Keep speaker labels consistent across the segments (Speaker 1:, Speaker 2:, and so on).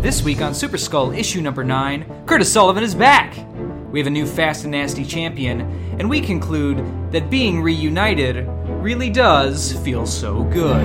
Speaker 1: This week on Super Skull issue number 9, Curtis Sullivan is back! We have a new fast and nasty champion, and we conclude that being reunited really does feel so good.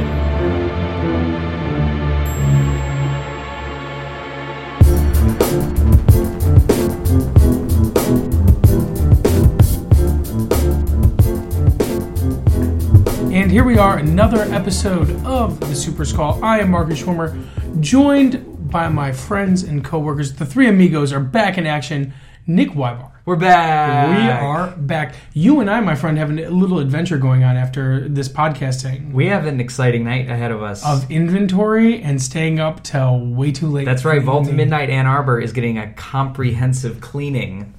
Speaker 2: And here we are, another episode of the Super Skull. I am Marcus Schwimmer, joined by my friends and coworkers. The three amigos are back in action. Nick Wybar.
Speaker 1: We're back!
Speaker 2: We are back. You and I, my friend, have a little adventure going on after this podcasting
Speaker 3: We have an exciting night ahead of us.
Speaker 2: of inventory and staying up till way too late.
Speaker 3: That's right, Vault Midnight Ann Arbor is getting a comprehensive cleaning,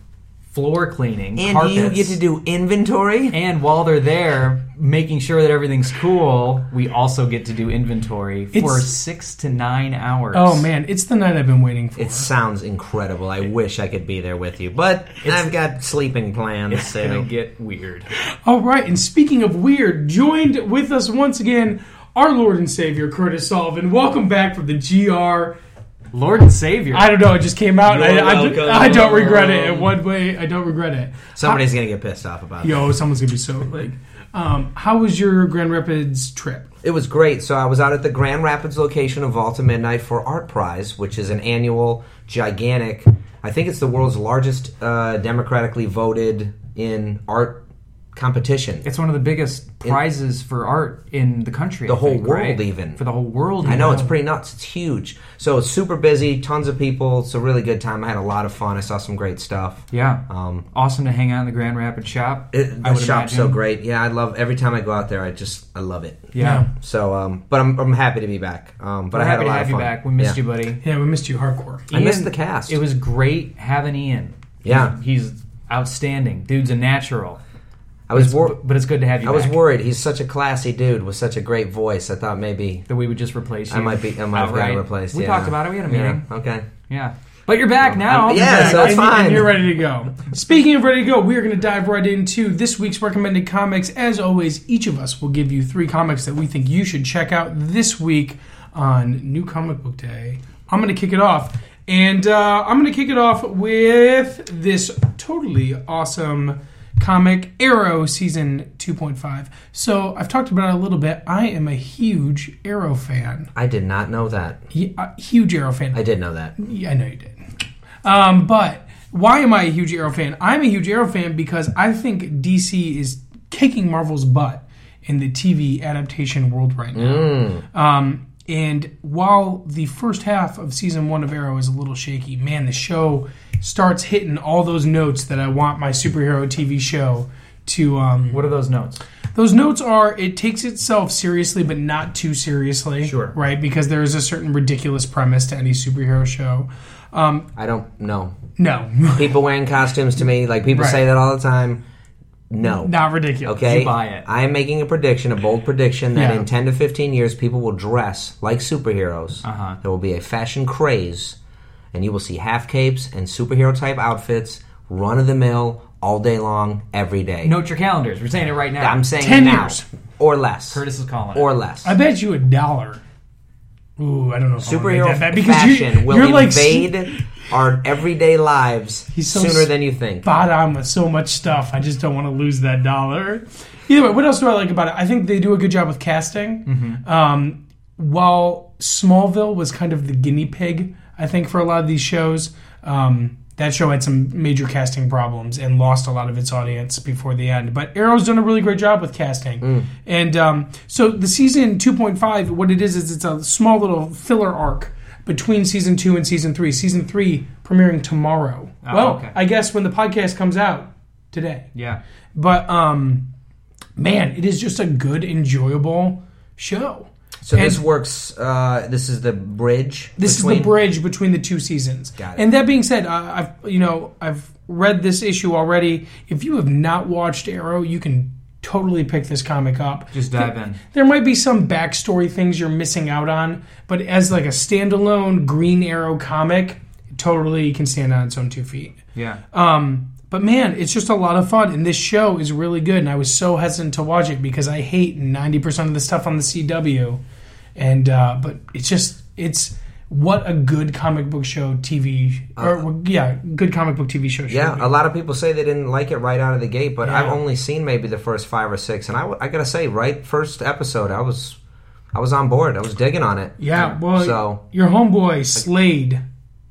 Speaker 3: floor cleaning,
Speaker 4: And
Speaker 3: carpets.
Speaker 4: you get to do inventory?
Speaker 3: And while they're there, making sure that everything's cool, we also get to do inventory for
Speaker 2: It's-
Speaker 3: six to nine hours.
Speaker 2: Oh man, it's the night I've been waiting for.
Speaker 4: It sounds incredible. I wish I could be there with you, but I've got sleeping plans.
Speaker 3: it's
Speaker 4: so.
Speaker 3: gonna get weird.
Speaker 2: All right, and speaking of weird, joined with us once again, our Lord and Savior Curtis Sullivan. Welcome back from the GR.
Speaker 3: Lord and Savior.
Speaker 2: I don't know. It just came out. and
Speaker 4: You're
Speaker 2: I, I d-
Speaker 4: welcome.
Speaker 2: I don't regret it. In one way, I don't regret it.
Speaker 4: Somebody's gonna get pissed off about it.
Speaker 2: Yo, someone's gonna be so like. Um, how was your Grand Rapids trip?
Speaker 4: It was great. So I was out at the Grand Rapids location of Vault of Midnight for Art Prize, which is an annual, gigantic. I think it's the world's largest uh, democratically voted in art competition.
Speaker 3: it's one of the biggest prizes for art in the country.
Speaker 4: The
Speaker 3: I
Speaker 4: whole
Speaker 3: think,
Speaker 4: world,
Speaker 3: right?
Speaker 4: even.
Speaker 3: For the whole world.
Speaker 4: I know
Speaker 3: even.
Speaker 4: it's pretty nuts. It's huge. So it's super busy, tons of people. It's a really good time. I had a lot of fun. I saw some great stuff.
Speaker 3: Yeah.
Speaker 4: Um,
Speaker 3: awesome to hang out in the Grand Rapids shop.
Speaker 4: It,
Speaker 3: I
Speaker 4: the
Speaker 3: would
Speaker 4: shop's so
Speaker 3: imagine.
Speaker 4: great. Yeah, I love every time I go out there. I just I love it.
Speaker 3: Yeah.
Speaker 4: So, um, but I'm, I'm happy to be back. Um, but
Speaker 3: We're
Speaker 4: I had
Speaker 3: happy
Speaker 4: a lot
Speaker 3: to have
Speaker 4: of
Speaker 3: you
Speaker 4: fun.
Speaker 3: back. We missed
Speaker 4: yeah.
Speaker 3: you, buddy.
Speaker 2: Yeah, we missed you hardcore.
Speaker 4: I missed
Speaker 3: Ian,
Speaker 4: the cast.
Speaker 3: It was great having Ian.
Speaker 4: Yeah.
Speaker 3: he's, he's outstanding. Dude's a natural.
Speaker 4: I was
Speaker 3: But,
Speaker 4: wor-
Speaker 3: but it's good to have you.
Speaker 4: I was
Speaker 3: back,
Speaker 4: worried. He's such a classy dude with such a great voice. I thought maybe
Speaker 3: that we would just replace you.
Speaker 4: I might be I might have gotten
Speaker 3: outright.
Speaker 4: replaced.
Speaker 3: We
Speaker 4: yeah.
Speaker 3: talked about it. We had a meeting.
Speaker 4: Yeah. Okay.
Speaker 3: Yeah, but you're back now.
Speaker 4: I'm- yeah,
Speaker 2: Back,
Speaker 4: so it's
Speaker 2: and, and
Speaker 4: fine.
Speaker 2: you're ready to go. Speaking of ready to go, we are going to dive right into this week's recommended comics. As always, each of us will give you three comics that we think you should check out this week on New Comic Book Day. I'm going to kick it off, and uh, I'm going to kick it off with this totally awesome comic Arrow season 2.5. So I've talked about it a little bit. I am a huge Arrow fan,
Speaker 4: I did not know that.
Speaker 2: He- uh, huge Arrow fan.
Speaker 4: I did know that.
Speaker 2: Yeah, I know you did. Um, but why am I a huge Arrow fan? I'm a huge Arrow fan because I think DC is kicking Marvel's butt in the TV adaptation world right now. Um, and while the first half of season one of Arrow is a little shaky, man, the show starts hitting all those notes that I want my superhero TV show to. Um,
Speaker 3: What are those notes?
Speaker 2: those notes are it takes itself seriously but not too seriously
Speaker 3: Sure.
Speaker 2: right because there is a certain ridiculous premise to any superhero show um
Speaker 4: I don't know.
Speaker 2: no
Speaker 4: People wearing costumes to me, like people
Speaker 2: Right.
Speaker 4: say that all the time. No.
Speaker 2: not ridiculous
Speaker 4: Okay.
Speaker 3: You buy it.
Speaker 4: I am making a prediction, a bold prediction that
Speaker 2: Yeah.
Speaker 4: in 10 to 15 years people will dress like superheroes.
Speaker 3: Uh-huh.
Speaker 4: There will be a fashion craze and you will see half capes and superhero type outfits run of the mill all day long every day.
Speaker 3: Note your calendars. We're saying it right now.
Speaker 4: I'm saying
Speaker 2: 10
Speaker 4: now
Speaker 2: years.
Speaker 4: or less.
Speaker 3: Curtis is calling. it.
Speaker 4: or less.
Speaker 2: i bet you a dollar ooh i don't know if I wanna make
Speaker 4: superhero
Speaker 2: that bet,
Speaker 4: fashion
Speaker 2: you,
Speaker 4: will
Speaker 2: you're like
Speaker 4: invade our everyday lives
Speaker 2: He's so
Speaker 4: sooner than you think.
Speaker 2: spot on with so much stuff. I just don't want to lose that dollar. Either way, what else do I like about it? I think they do a good job with casting.
Speaker 4: Mm-hmm.
Speaker 2: Um, while Smallville was kind of the guinea pig, I think for a lot of these shows, um, that show had some major casting problems and lost a lot of its audience before the end. But Arrow's done a really great job with casting,
Speaker 3: Mm.
Speaker 2: and um, so the season two point five, what it is is it's a small little filler arc. Between season two and season three, season three premiering tomorrow.
Speaker 3: Oh,
Speaker 2: well,
Speaker 3: okay.
Speaker 2: I guess when the podcast comes out today.
Speaker 3: yeah.
Speaker 2: But um man, it is just a good, enjoyable show.
Speaker 4: So
Speaker 2: And-
Speaker 4: this works. Uh, this is the bridge.
Speaker 2: This is the
Speaker 4: between-
Speaker 2: bridge between the two seasons.
Speaker 4: Got it.
Speaker 2: And that being said, I, I've you know I've read this issue already. If you have not watched Arrow, you can totally pick this comic up.
Speaker 3: Just dive in.
Speaker 2: There might be some backstory things you're missing out on, but as like a standalone Green Arrow comic, it totally can stand on its own two feet.
Speaker 3: Yeah.
Speaker 2: Um, but man, it's just a lot of fun, and this show is really good. And I was so hesitant to watch it because I hate ninety percent of the stuff on the CW, and uh, but it's just it's what a good comic book show TV or yeah, good comic book TV show. should
Speaker 4: Uh-huh. Yeah,
Speaker 2: be.
Speaker 4: a lot of people say they didn't like it right out of the gate, but I've
Speaker 2: Yeah.
Speaker 4: only seen maybe the first five or six, and I, w- I gotta say, right first episode, I was, I was on board. I was digging on it.
Speaker 2: Yeah, well,
Speaker 4: So-
Speaker 2: your homeboy Slade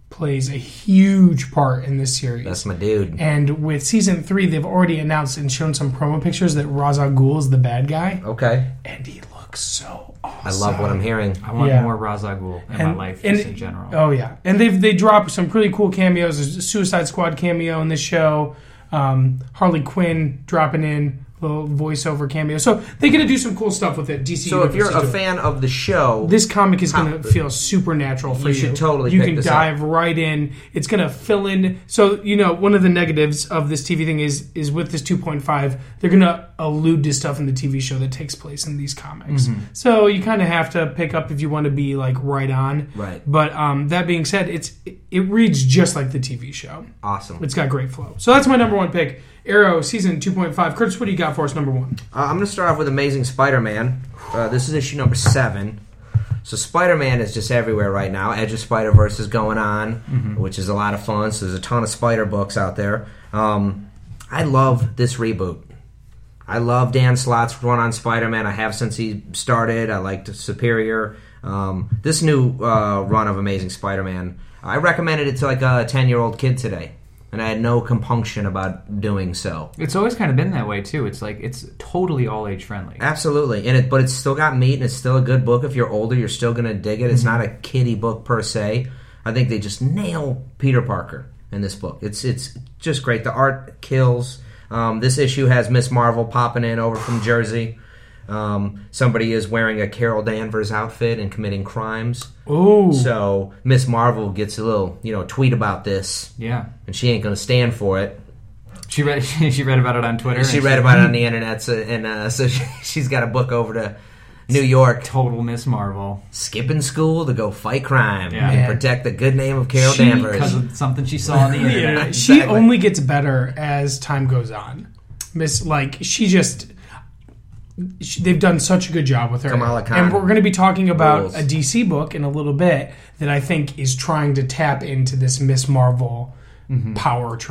Speaker 2: plays a huge part in this series.
Speaker 4: That's my dude.
Speaker 2: and with season three, they've already announced and shown some promo pictures that Ra's al Ghul is the bad guy,
Speaker 4: Okay,
Speaker 2: and he looks so
Speaker 4: I
Speaker 2: awesome.
Speaker 4: love what I'm hearing.
Speaker 3: I want
Speaker 2: Yeah.
Speaker 3: more Ra's al Ghul in my life,
Speaker 2: and-
Speaker 3: just in general.
Speaker 2: Oh yeah, and they've they dropped some pretty cool cameos. There's a Suicide Squad cameo in this show. Um, Harley Quinn dropping in little voiceover cameo. So they're gonna do some cool stuff with it. DC.
Speaker 4: So if you're
Speaker 2: Universe is
Speaker 4: a
Speaker 2: doing.
Speaker 4: fan of the show,
Speaker 2: this comic is going to feel supernatural for you.
Speaker 4: You should totally
Speaker 2: You
Speaker 4: pick
Speaker 2: can
Speaker 4: this up.
Speaker 2: dive right in. It's going to fill in. So you know, one of the negatives of this TV thing is is with this 2.5, they're going to allude to stuff in the TV show that takes place in these comics.
Speaker 4: Mm-hmm.
Speaker 2: So you kind of have to pick up if you want to be like right on.
Speaker 4: Right.
Speaker 2: But um, that being said, it's it, it reads just like the TV show.
Speaker 4: awesome.
Speaker 2: It's got great flow. So that's my number one pick. Arrow season 2.5. Curtis, what do you got for us? Number one.
Speaker 4: Uh, I'm going to start off with Amazing Spider-Man. Uh, this is issue number seven. So Spider-Man is just everywhere right now. Edge of Spider-Verse is going on, which is a lot of fun. So there's a ton of Spider books out there. Um, I love this reboot. I love Dan Slott's run on Spider-Man. I have since he started. I liked Superior. Um, this new uh, run of Amazing Spider-Man, I recommended it to like a ten-year-old kid today, and I had no compunction about doing so.
Speaker 3: It's always kind of been that way too. It's like it's totally all age friendly.
Speaker 4: Absolutely, and it but it's still got meat, and it's still a good book. If you're older, you're still gonna dig it. It's not a kiddie book per se. I think they just nail Peter Parker in this book. It's it's just great. The art kills. Um, this issue has Miss Marvel popping in over from Jersey. Um, somebody is wearing a Carol Danvers outfit and committing crimes.
Speaker 2: Oh.
Speaker 4: So Miss Marvel gets a little you know tweet about this,
Speaker 3: Yeah,
Speaker 4: and she ain't gonna stand for it.
Speaker 3: she read she read about it on Twitter.
Speaker 4: She
Speaker 3: and
Speaker 4: read about it on the internet, so, and uh, so she, she's got a book over to New York.
Speaker 3: total Miss Marvel.
Speaker 4: skipping school to go fight crime
Speaker 3: Yeah.
Speaker 4: and protect the good name of Carol
Speaker 2: She-
Speaker 4: Danvers.
Speaker 3: because of something she saw on the internet.
Speaker 2: she
Speaker 4: Exactly.
Speaker 2: only gets better as time goes on. Miss, like she just. She, they've done such a good job with her,
Speaker 4: Kamala Khan.
Speaker 2: and we're going to be talking about
Speaker 4: Rules.
Speaker 2: a DC book in a little bit that I think is trying to tap into this Miss Marvel power trade,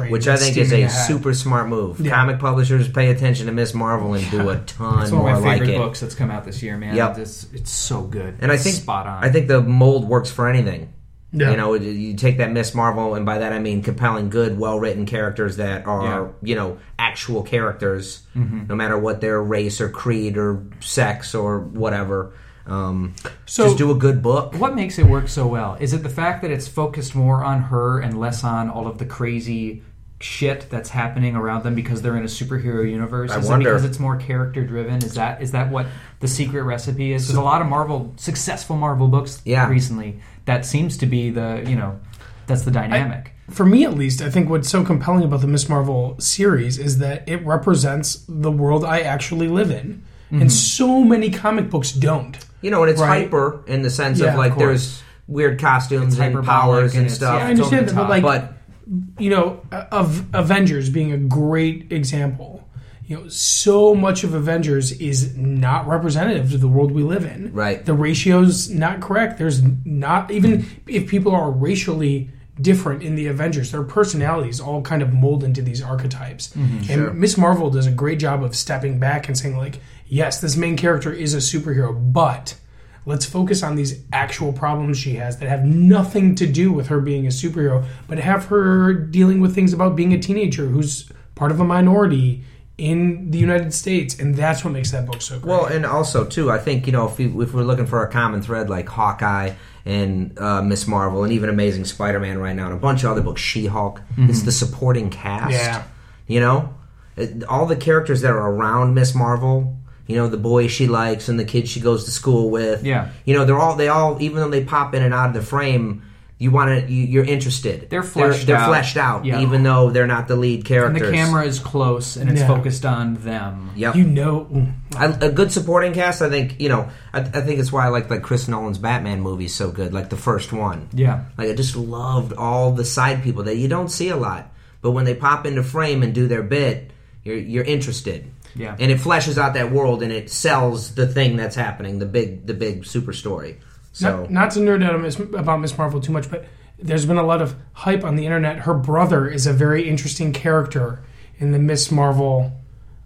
Speaker 4: Mm-hmm. Which I
Speaker 2: that's
Speaker 4: think is a
Speaker 2: steaming ahead.
Speaker 4: super smart move. Comic publishers pay attention to Miss Marvel and do a ton
Speaker 3: It's one
Speaker 4: more
Speaker 3: of my
Speaker 4: Oh, like
Speaker 3: favorite
Speaker 4: it.
Speaker 3: books that's come out this year, man.
Speaker 4: Yep.
Speaker 3: This, it's so good.
Speaker 4: And I
Speaker 3: It's
Speaker 4: think
Speaker 3: spot on.
Speaker 4: I think the mold works for anything.
Speaker 2: Yeah.
Speaker 4: You know, it- you take that Miss Marvel, and by that I mean compelling, good, well-written characters that are,
Speaker 3: Yeah. Mm-hmm.
Speaker 4: you know, actual characters, no matter what their race or creed or sex or whatever. Um,
Speaker 2: So-
Speaker 4: just do a good book.
Speaker 3: what makes it work so well is it the fact that it's focused more on her and less on all of the crazy shit that's happening around them because they're in a superhero universe.
Speaker 4: I
Speaker 3: is
Speaker 4: wonder.
Speaker 3: it because it's more character driven? Is that is that what the secret recipe is? There's a lot of Marvel successful Marvel books
Speaker 4: Yeah.
Speaker 3: recently that seems to be the you know that's the dynamic.
Speaker 2: for me at least, I think what's so compelling about the Miss Marvel series is that it represents the world I actually live in,
Speaker 4: Mm-hmm.
Speaker 2: and so many comic books don't.
Speaker 4: You know, and it's
Speaker 2: Right.
Speaker 4: hyper in the sense
Speaker 2: Yeah,
Speaker 4: of
Speaker 2: of
Speaker 4: like
Speaker 3: course.
Speaker 4: there's weird costumes and
Speaker 3: hyperbolic
Speaker 4: powers
Speaker 3: and
Speaker 4: and
Speaker 3: it's-
Speaker 4: stuff.
Speaker 3: yeah,
Speaker 2: I understand
Speaker 3: Totally top.
Speaker 2: that, but like,
Speaker 4: but
Speaker 2: you know, of Avengers being a great example. You know, so much of Avengers is not representative of the world we live in.
Speaker 4: Right.
Speaker 2: The ratio's not correct. There's not even if people are racially different in the Avengers, their personalities all kind of mold into these archetypes. And Miss Marvel does a great job of stepping back and saying, like, yes, this main character is a superhero, but let's focus on these actual problems she has that have nothing to do with her being a superhero, but have her dealing with things about being a teenager who's part of a minority in the United States, and that's what makes that book so great.
Speaker 4: well, and also too, I think you know if, you, if we're looking for a common thread like Hawkeye and uh, Miss Marvel and even Amazing Spider-Man right now and a bunch of other books, She-Hulk,
Speaker 3: Mm-hmm.
Speaker 4: it's the supporting cast.
Speaker 2: Yeah.
Speaker 4: You know, It- all the characters that are around Miss Marvel. You know, the boy she likes and the kid she goes to school with.
Speaker 3: Yeah.
Speaker 4: You know, they're all they all even though they pop in and out of the frame. You want to, you, you're interested.
Speaker 3: They're fleshed
Speaker 4: they're,
Speaker 3: out.
Speaker 4: fleshed out,
Speaker 3: Yeah.
Speaker 4: even though they're not the lead
Speaker 3: And
Speaker 4: characters.
Speaker 3: the camera is close and it's
Speaker 2: Yeah.
Speaker 3: focused on them.
Speaker 4: Yep.
Speaker 2: you know, mm,
Speaker 4: I, a good supporting cast. I think you know. I, I think it's why I like like Chris Nolan's Batman movies so good. Like the first one.
Speaker 3: Yeah.
Speaker 4: Like I just loved all the side people that you don't see a lot, but when they pop into frame and do their bit, you're you're interested.
Speaker 3: Yeah.
Speaker 4: And it fleshes out that world and it sells the thing that's happening, the big the big super story. So
Speaker 2: Not, not to nerd out on Miss- about Miss Marvel too much, but there's been a lot of hype on the internet. Her brother is a very interesting character in the Miss Marvel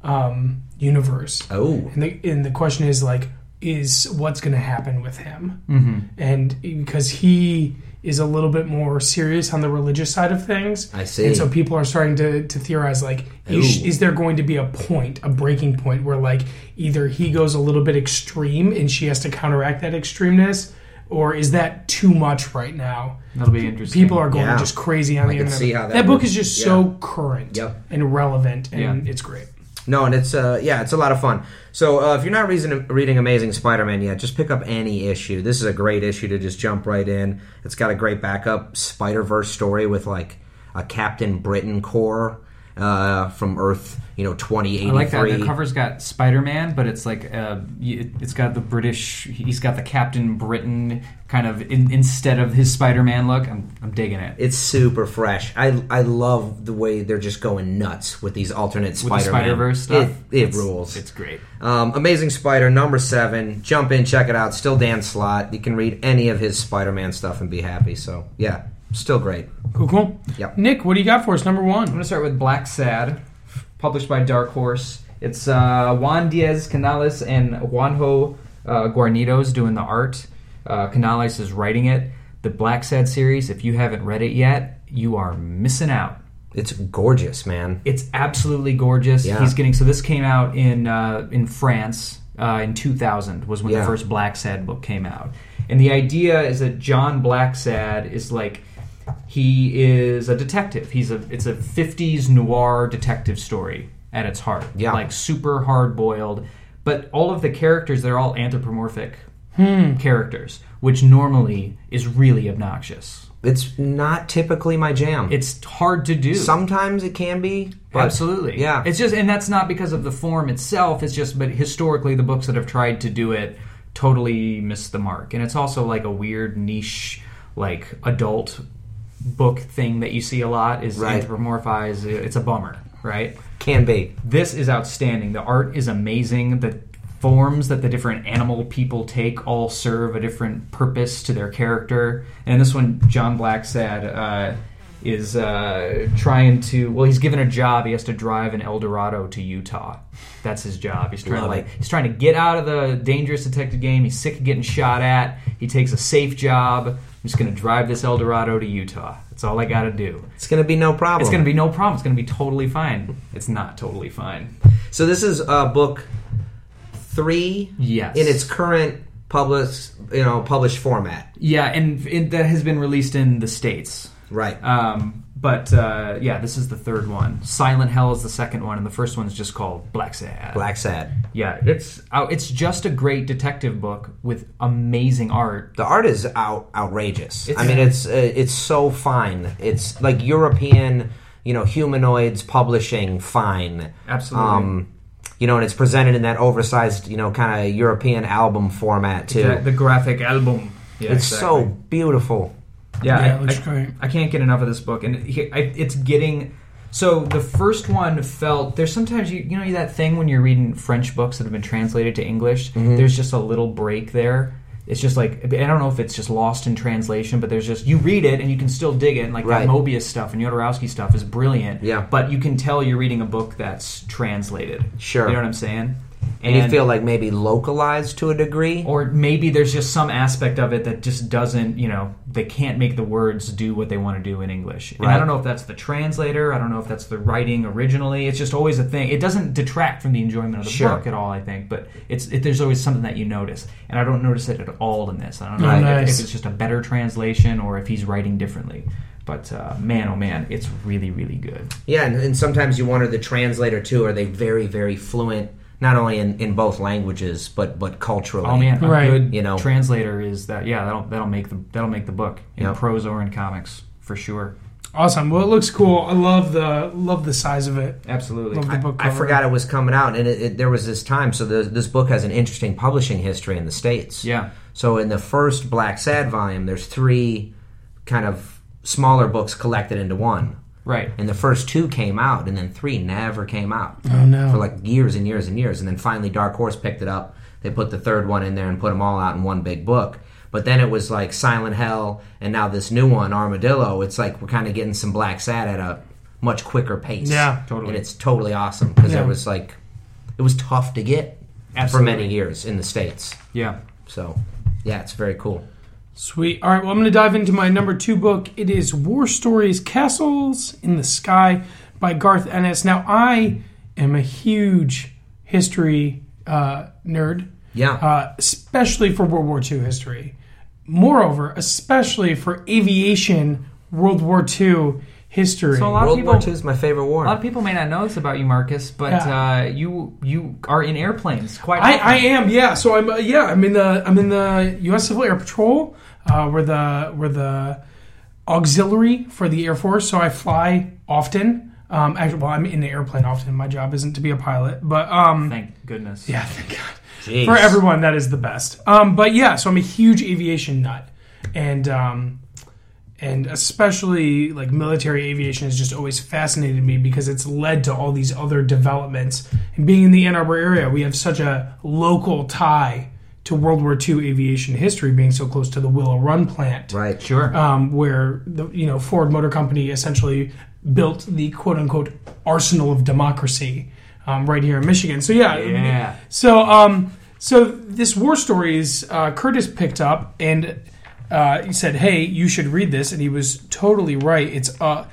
Speaker 2: um, universe.
Speaker 4: oh,
Speaker 2: And the, and the question is like, is what's going to happen with him?
Speaker 4: Mm-hmm.
Speaker 2: And because he is a little bit more serious on the religious side of things,
Speaker 4: I see.
Speaker 2: And so people are starting to, to theorize like, is,
Speaker 4: Ooh.
Speaker 2: is there going to be a point, a breaking point where like either he goes a little bit extreme and she has to counteract that extremeness, or is that too much right now?
Speaker 3: That'll be interesting.
Speaker 2: People are going
Speaker 4: Yeah.
Speaker 2: just crazy on
Speaker 4: I
Speaker 2: the
Speaker 4: can
Speaker 2: internet.
Speaker 4: see how that
Speaker 2: book
Speaker 4: would-
Speaker 2: is just
Speaker 4: yeah.
Speaker 2: so current
Speaker 4: Yep.
Speaker 2: and relevant, and
Speaker 3: Yeah.
Speaker 2: it's great.
Speaker 4: No, and it's uh, yeah, it's a lot of fun. So uh, if you're not reason, reading Amazing Spider-Man yet, just pick up any issue. This is a great issue to just jump right in. It's got a great backup Spider-Verse story with like a Captain Britain core uh, from Earth, you know, twenty eighty
Speaker 3: I like that. The
Speaker 4: three.
Speaker 3: cover's got Spider-Man, but it's like uh, y- it's got the British. He's got the Captain Britain kind of in, instead of his Spider-Man look. I'm, I'm digging it.
Speaker 4: It's super fresh. I I love the way they're just going nuts with these alternate
Speaker 3: With the
Speaker 4: Spider-Man.
Speaker 3: Spider-Verse stuff,
Speaker 4: It, it
Speaker 3: it's-
Speaker 4: rules.
Speaker 3: It's great.
Speaker 4: Um, Amazing Spider number seven. Jump in, check it out. Still Dan Slott. You can read any of his Spider-Man stuff and be happy. So yeah, still great.
Speaker 2: Cool, cool.
Speaker 4: Yep.
Speaker 2: Nick, what do you got for us? Number
Speaker 3: I'm
Speaker 2: one.
Speaker 3: going to start with Black Sad, published by Dark Horse. It's uh, Juan Diaz Canales and Juanjo uh, Guarnidos doing the art. Uh, Canales is writing it. The Black Sad series, if you haven't read it yet, you are missing out.
Speaker 4: It's gorgeous, man.
Speaker 3: It's absolutely gorgeous.
Speaker 4: Yeah.
Speaker 3: He's getting so this came out in uh, in France uh, in 2000 was when
Speaker 4: Yeah.
Speaker 3: the first Black Sad book came out, and the idea is that John Black Sad is like he is a detective. He's a it's a 50s noir detective story at its heart.
Speaker 4: Yeah.
Speaker 3: like super hard boiled, but all of the characters they're all anthropomorphic
Speaker 4: Hmm.
Speaker 3: characters, which normally is really obnoxious.
Speaker 4: It's not typically my jam.
Speaker 3: It's hard to do.
Speaker 4: Sometimes it can be. but-
Speaker 3: Absolutely.
Speaker 4: Yeah.
Speaker 3: It's just, and that's not because of the form itself. It's just, but historically, the books that have tried to do it totally miss the mark. And it's also like a weird niche, like adult book thing that you see a lot is
Speaker 4: Right.
Speaker 3: anthropomorphized. It's a bummer, right?
Speaker 4: can be.
Speaker 3: This is outstanding. The art is amazing. The forms that the different animal people take all serve a different purpose to their character. And this one, John Black said, uh, is uh, trying to. Well, he's given a job. He has to drive an El Dorado to Utah. That's his job. He's trying to
Speaker 4: Love
Speaker 3: like
Speaker 4: it.
Speaker 3: he's trying to get out of the dangerous detective game. He's sick of getting shot at. He takes a safe job. I'm just gonna drive this El Dorado to Utah. That's all I gotta do.
Speaker 4: It's gonna be no problem.
Speaker 3: It's gonna be no problem. It's gonna be totally fine. It's not totally fine.
Speaker 4: So this is uh, book three
Speaker 3: Yes.
Speaker 4: in its current published, you know, published format.
Speaker 3: yeah, and it, that has been released in the states.
Speaker 4: Right.
Speaker 3: Um, but uh, yeah, this is the third one. Silent Hell is the second one, and the first one is just called Black Sad.
Speaker 4: Black Sad.
Speaker 3: Yeah, it's uh, it's just a great detective book with amazing art.
Speaker 4: The art is out outrageous.
Speaker 3: It's-
Speaker 4: I mean, it's uh, it's so fine. It's like European, you know, humanoids publishing fine.
Speaker 3: Absolutely.
Speaker 4: Um, you know, and it's presented in that oversized, you know, kind of European album format too.
Speaker 3: The, the graphic album. Yeah,
Speaker 4: It's so
Speaker 3: exactly.
Speaker 4: beautiful.
Speaker 3: yeah.
Speaker 2: Yeah,
Speaker 3: I-
Speaker 2: it looks
Speaker 3: I-
Speaker 2: great.
Speaker 3: I can't get enough of this book, and he, I, it's getting. So the first one felt there's sometimes you you know that thing when you're reading French books that have been translated to English.
Speaker 4: Mm-hmm.
Speaker 3: There's just a little break there. It's just like I don't know if it's just lost in translation, but there's just you read it and you can still dig it. And like
Speaker 4: Right.
Speaker 3: that Mobius stuff and Yodorowski stuff is brilliant.
Speaker 4: Yeah.
Speaker 3: but you can tell you're reading a book that's translated.
Speaker 4: Sure.
Speaker 3: you know what I'm saying.
Speaker 4: And, you feel like maybe localized to a degree.
Speaker 3: or maybe there's just some aspect of it that just doesn't you know they can't make the words do what they want to do in english and
Speaker 4: Right.
Speaker 3: i don't know if that's the translator i don't know if that's the writing originally it's just always a thing it doesn't detract from the enjoyment of the
Speaker 4: Sure.
Speaker 3: book at all i think but it's it, there's always something that you notice and i don't notice it at all in this i don't know
Speaker 2: Oh,
Speaker 3: if-
Speaker 2: nice.
Speaker 3: if it's just a better translation or if he's writing differently but uh, man oh man it's really really good
Speaker 4: Yeah, and, and sometimes you wonder the translator too. Are they very, very fluent? Not only in, in both languages, but but culturally.
Speaker 3: oh man a
Speaker 2: Right.
Speaker 3: good
Speaker 4: You know.
Speaker 3: translator is that yeah that'll that'll make the that'll make the book in
Speaker 4: Yep.
Speaker 3: prose or in comics for sure
Speaker 2: Awesome. Well, it looks cool. I love the love the size of it.
Speaker 3: Absolutely.
Speaker 2: Love the book
Speaker 4: I
Speaker 2: cover.
Speaker 4: forgot it was coming out, and it, it, there was this time. So the, this book has an interesting publishing history in the states.
Speaker 3: Yeah.
Speaker 4: So in the first Black Sad volume, there's three kind of smaller books collected into one,
Speaker 3: Right.
Speaker 4: and the first two came out, and then three never came out.
Speaker 2: Oh, no.
Speaker 4: For like years and years and years, and then finally Dark Horse picked it up. They put the third one in there and put them all out in one big book. But then it was like Silent Hell, and now this new one, Armadillo. It's like we're kind of getting some Black Sat at a much quicker pace.
Speaker 2: Yeah.
Speaker 3: Totally.
Speaker 4: And it's totally awesome because
Speaker 2: Yeah.
Speaker 4: it was like it was tough to get
Speaker 3: Absolutely.
Speaker 4: for many years in the states.
Speaker 3: Yeah.
Speaker 4: So yeah, it's very cool.
Speaker 2: Sweet. All right. Well, I'm going to dive into my number two book. It is War Stories Castles in the Sky by Garth Ennis. Now, I am a huge history uh, nerd,
Speaker 4: Yeah.
Speaker 2: uh, especially for World War II history. Moreover, especially for aviation World War II history.
Speaker 3: So a lot
Speaker 4: World
Speaker 3: of
Speaker 4: War
Speaker 3: people.
Speaker 4: II is my favorite war.
Speaker 3: a lot of people may not know this about you, Marcus, but
Speaker 2: Yeah.
Speaker 3: uh, you you are in airplanes quite.
Speaker 2: I,
Speaker 3: often.
Speaker 2: I am, yeah. So I'm, uh, yeah, I'm in the, I'm in the U.S. Civil Air Patrol. Uh, we're the, we're the auxiliary for the Air Force. So I fly often. Um, actually, well, I'm in the airplane often. My job isn't to be a pilot, but um,
Speaker 3: Thank goodness.
Speaker 2: yeah, thank God
Speaker 4: Jeez.
Speaker 2: for everyone that is the best. Um, but yeah, so I'm a huge aviation nut, and um, and especially like military aviation has just always fascinated me because it's led to all these other developments. And being in the Ann Arbor area, we have such a local tie to World War II aviation history, being so close to the Willow Run plant,
Speaker 4: Right.
Speaker 3: Sure.
Speaker 2: um, where the you know Ford Motor Company essentially built the quote unquote arsenal of democracy um, right here in Michigan. So yeah,
Speaker 3: Yeah.
Speaker 2: so, um, so this war stories uh, Curtis picked up and uh, he said, "Hey, you should read this," and he was totally right. It's a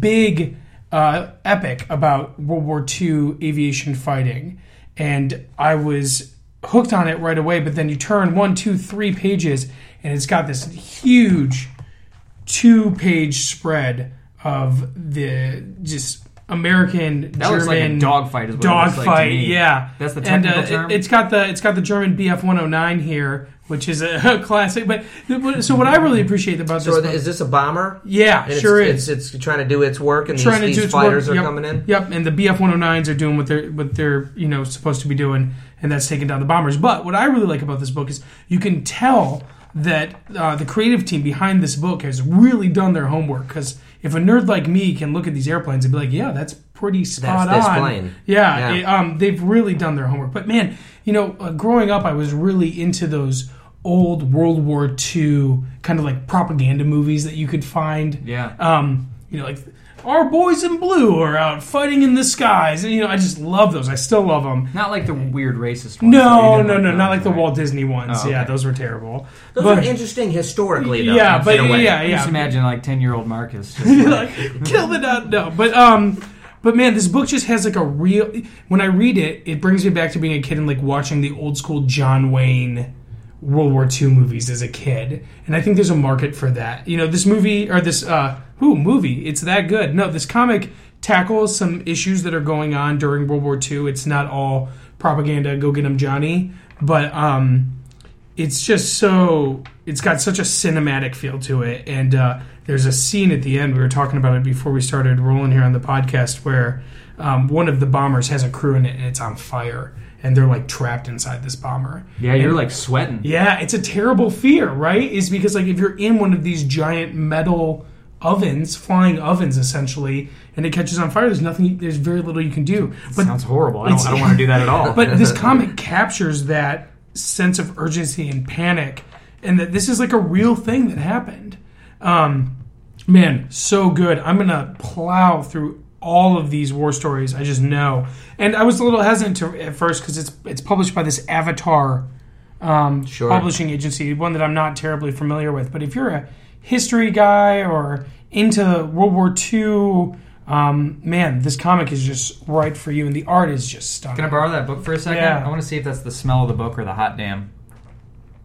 Speaker 2: big uh, epic about World War II aviation fighting, and I was hooked on it right away. But then you turn one, two, three pages, and it's got this huge two-page spread of the just American
Speaker 3: That looks like a
Speaker 2: German
Speaker 3: dogfight is what it looks like to
Speaker 2: dogfight.
Speaker 3: me.
Speaker 2: yeah,
Speaker 3: That's the
Speaker 2: And, uh,
Speaker 3: technical term?
Speaker 2: it- it's got the it's got the German BF 109 here, which is a, classic. But the- what- so what I really appreciate about
Speaker 4: So
Speaker 2: this,
Speaker 4: are the-
Speaker 2: book-
Speaker 4: is this a bomber?
Speaker 2: yeah,
Speaker 4: And
Speaker 2: sure
Speaker 4: it's,
Speaker 2: is.
Speaker 4: It's, it's trying to do its work, and these,
Speaker 2: Trying to
Speaker 4: these
Speaker 2: do its
Speaker 4: fighters
Speaker 2: work,
Speaker 4: are
Speaker 2: yep.
Speaker 4: coming in.
Speaker 2: Yep, and the BF 109s are doing what they're what they're you know supposed to be doing, and that's taking down the bombers. But what I really like about this book is you can tell that uh, the creative team behind this book has really done their homework because if a nerd like me can look at these airplanes and be like, yeah, that's pretty spot
Speaker 4: this
Speaker 2: on.
Speaker 4: plane.
Speaker 2: Yeah,
Speaker 4: Yeah.
Speaker 2: it- um, they've really done their homework. But man, you know, uh, growing up, I was really into those old World War II kind of like propaganda movies that you could find
Speaker 3: Yeah.
Speaker 2: um, you know, like our boys in blue are out fighting in the skies, and you know, I just love those. I still love them.
Speaker 3: Not like the weird racist ones.
Speaker 2: No,
Speaker 3: You didn't
Speaker 2: no, no,
Speaker 3: those,
Speaker 2: not like the
Speaker 3: right?
Speaker 2: Walt Disney ones.
Speaker 3: Oh, okay.
Speaker 2: Yeah, those were terrible.
Speaker 4: Those
Speaker 2: but
Speaker 4: are interesting historically, though.
Speaker 2: yeah,
Speaker 4: in
Speaker 2: but
Speaker 4: a way.
Speaker 2: yeah,
Speaker 3: I just
Speaker 2: yeah,
Speaker 3: imagine like ten year old Marcus. Just like,
Speaker 2: like kill the dog. No, but um, but man, this book just has like a real. When I read it, it brings me back to being a kid and like watching the old school John Wayne World War II movies as a kid, and I think there's a market for that. You know, this movie or this uh, who movie? It's that good. No, this comic tackles some issues that are going on during World War II. It's not all propaganda. Go get 'em, Johnny. But um, it's just so it's got such a cinematic feel to it and uh, there's a scene at the end we were talking about it before we started rolling here on the podcast where um, one of the bombers has a crew in it and it's on fire and they're like trapped inside this bomber
Speaker 3: yeah, you're like sweating.
Speaker 2: yeah it's a terrible fear right is because like if you're in one of these giant metal ovens flying ovens essentially and it catches on fire there's nothing there's very little you can do but
Speaker 3: Sounds horrible. I don't,
Speaker 2: It's-
Speaker 3: I don't want to do that at all.
Speaker 2: but this comic captures that sense of urgency and panic, and that this is like a real thing that happened. Um, man, so good. I'm gonna plow through all of these war stories. I just know, and I was a little hesitant to, at first because it's it's published by this Avatar um,
Speaker 4: Sure.
Speaker 2: publishing agency, one that I'm not terribly familiar with. But if you're a history guy or into World War II, um, man, this comic is just right for you, and the art is just stunning.
Speaker 3: Can I borrow that book for a second?
Speaker 2: Yeah.
Speaker 3: I want to see if that's the smell of the book or the hot damn.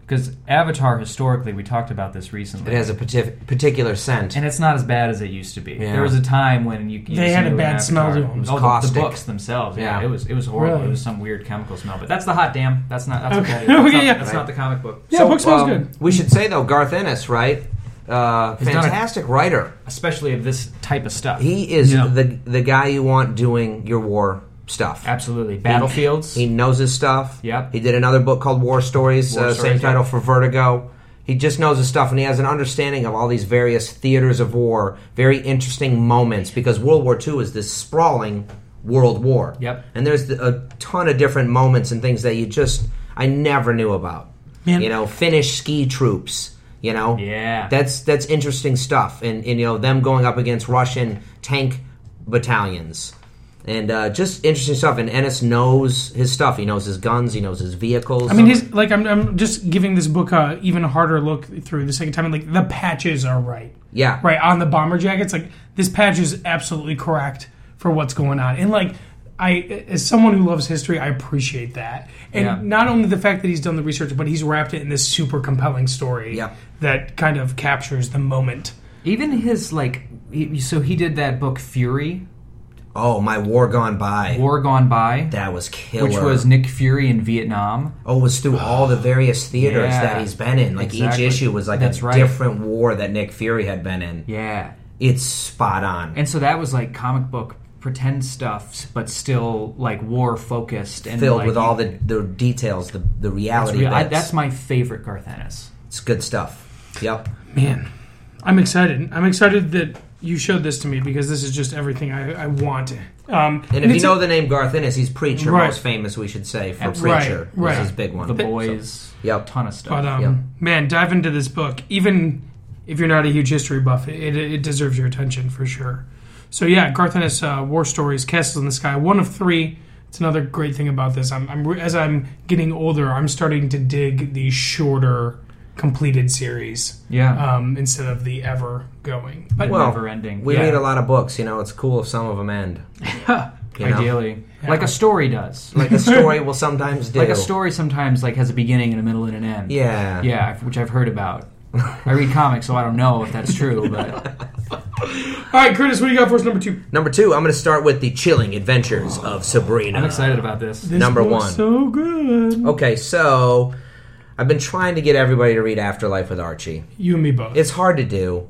Speaker 3: Because Avatar, historically, we talked about this recently.
Speaker 4: It has a partic- particular scent.
Speaker 3: and it's not as bad as it used to be.
Speaker 4: Yeah.
Speaker 3: There was a time when you, you
Speaker 2: They
Speaker 3: just
Speaker 2: had a
Speaker 3: knew an
Speaker 2: bad smell
Speaker 3: Avatar-
Speaker 2: to them. It was
Speaker 3: Oh, the- the,
Speaker 4: caustic.
Speaker 3: books themselves. Yeah,
Speaker 4: Yeah.
Speaker 3: it was it was horrible.
Speaker 2: Really?
Speaker 3: It was some weird chemical smell. But that's the hot damn. That's not that's okay.
Speaker 2: Okay.
Speaker 3: That's,
Speaker 2: Okay,
Speaker 3: not,
Speaker 2: yeah.
Speaker 3: that's not the comic book.
Speaker 2: Yeah, book smells good.
Speaker 4: Um, We should say though, Garth Ennis, right? Uh,
Speaker 3: done a-
Speaker 4: fantastic writer.
Speaker 3: Especially of this type of stuff.
Speaker 4: He is
Speaker 3: Yeah.
Speaker 4: the the guy you want doing your war stuff.
Speaker 3: Absolutely. Battlefields.
Speaker 4: He knows his stuff.
Speaker 3: Yep.
Speaker 4: He did another book called War Stories,
Speaker 3: War
Speaker 4: uh,
Speaker 3: Stories,
Speaker 4: same title
Speaker 3: yeah.
Speaker 4: for Vertigo. He just knows his stuff, and he has an understanding of all these various theaters of war, very interesting moments. Because World War II is this sprawling world war.
Speaker 3: Yep.
Speaker 4: And there's a ton of different moments and things that you just I never knew about.
Speaker 2: Man.
Speaker 4: you know, Finnish ski troops. You know,
Speaker 3: Yeah.
Speaker 4: that's that's interesting stuff, and, and you know them going up against Russian tank battalions, and uh, just interesting stuff. And Ennis knows his stuff. He knows his guns. He knows his vehicles.
Speaker 2: I mean, his like I'm, I'm just giving this book a even harder look through the second time. And, like the patches are right,
Speaker 4: yeah,
Speaker 2: right on the bomber jackets. Like this patch is absolutely correct for what's going on. And like I, as someone who loves history, I appreciate that. And
Speaker 3: Yeah.
Speaker 2: not only the fact that he's done the research, but he's wrapped it in this super compelling story
Speaker 4: Yeah.
Speaker 2: that kind of captures the moment.
Speaker 3: Even his like, he, so he did that book Fury,
Speaker 4: Oh, my war gone by.
Speaker 3: War Gone By,
Speaker 4: that was killer.
Speaker 3: which was Nick Fury in Vietnam.
Speaker 4: oh, it was through all the various theaters
Speaker 3: Yeah.
Speaker 4: that he's been in. Like
Speaker 3: Exactly.
Speaker 4: each issue was like
Speaker 3: That's
Speaker 4: a
Speaker 3: right.
Speaker 4: different war that Nick Fury had been in.
Speaker 3: Yeah,
Speaker 4: It's spot on.
Speaker 3: and so that was like comic book pretend stuff, but still like war focused and
Speaker 4: filled
Speaker 3: like,
Speaker 4: with all the, the details, the, the reality.
Speaker 3: Real, I,
Speaker 4: that's,
Speaker 3: that's my favorite Garth Ennis.
Speaker 4: it's good stuff. Yep.
Speaker 2: Man, I'm excited. I'm excited that you showed this to me because this is just everything I, I want. Um,
Speaker 4: And if you
Speaker 2: it's-
Speaker 4: know the name Garth Ennis, he's Preacher,
Speaker 2: Right.
Speaker 4: most famous, we should say, for
Speaker 3: Absolutely.
Speaker 4: Preacher.
Speaker 2: Right,
Speaker 4: was
Speaker 2: right.
Speaker 4: his big one.
Speaker 3: The boys,
Speaker 4: Yep.
Speaker 3: a ton of stuff.
Speaker 2: But um,
Speaker 4: Yeah.
Speaker 2: man, dive into this book. Even if you're not a huge history buff, it, it deserves your attention for sure. So yeah, Garth Ennis, uh, War Stories, Castles in the Sky, one of three. It's another great thing about this. I'm, I'm re- as I'm getting older, I'm starting to dig the shorter completed series
Speaker 3: yeah,
Speaker 2: um, instead of the ever going. But
Speaker 4: Well,
Speaker 3: never ending.
Speaker 4: we
Speaker 2: Yeah.
Speaker 4: read a lot of books, you know. It's cool if some of them end. You know?
Speaker 3: ideally, like a story does.
Speaker 4: Like a story will sometimes do.
Speaker 3: Like a story sometimes like has a beginning and a middle and an end.
Speaker 4: Yeah.
Speaker 3: yeah, I've- which I've heard about. I read comics, so I don't know if that's true, but
Speaker 2: all right, Curtis, what do you got for us? Number two.
Speaker 4: Number two, I'm going to start with the chilling adventures of Sabrina.
Speaker 3: I'm excited about this.
Speaker 2: This
Speaker 4: Number
Speaker 2: book's
Speaker 4: one.
Speaker 2: So good.
Speaker 4: Okay, so I've been trying to get everybody to read Afterlife with Archie.
Speaker 2: You and me both.
Speaker 4: It's hard to do.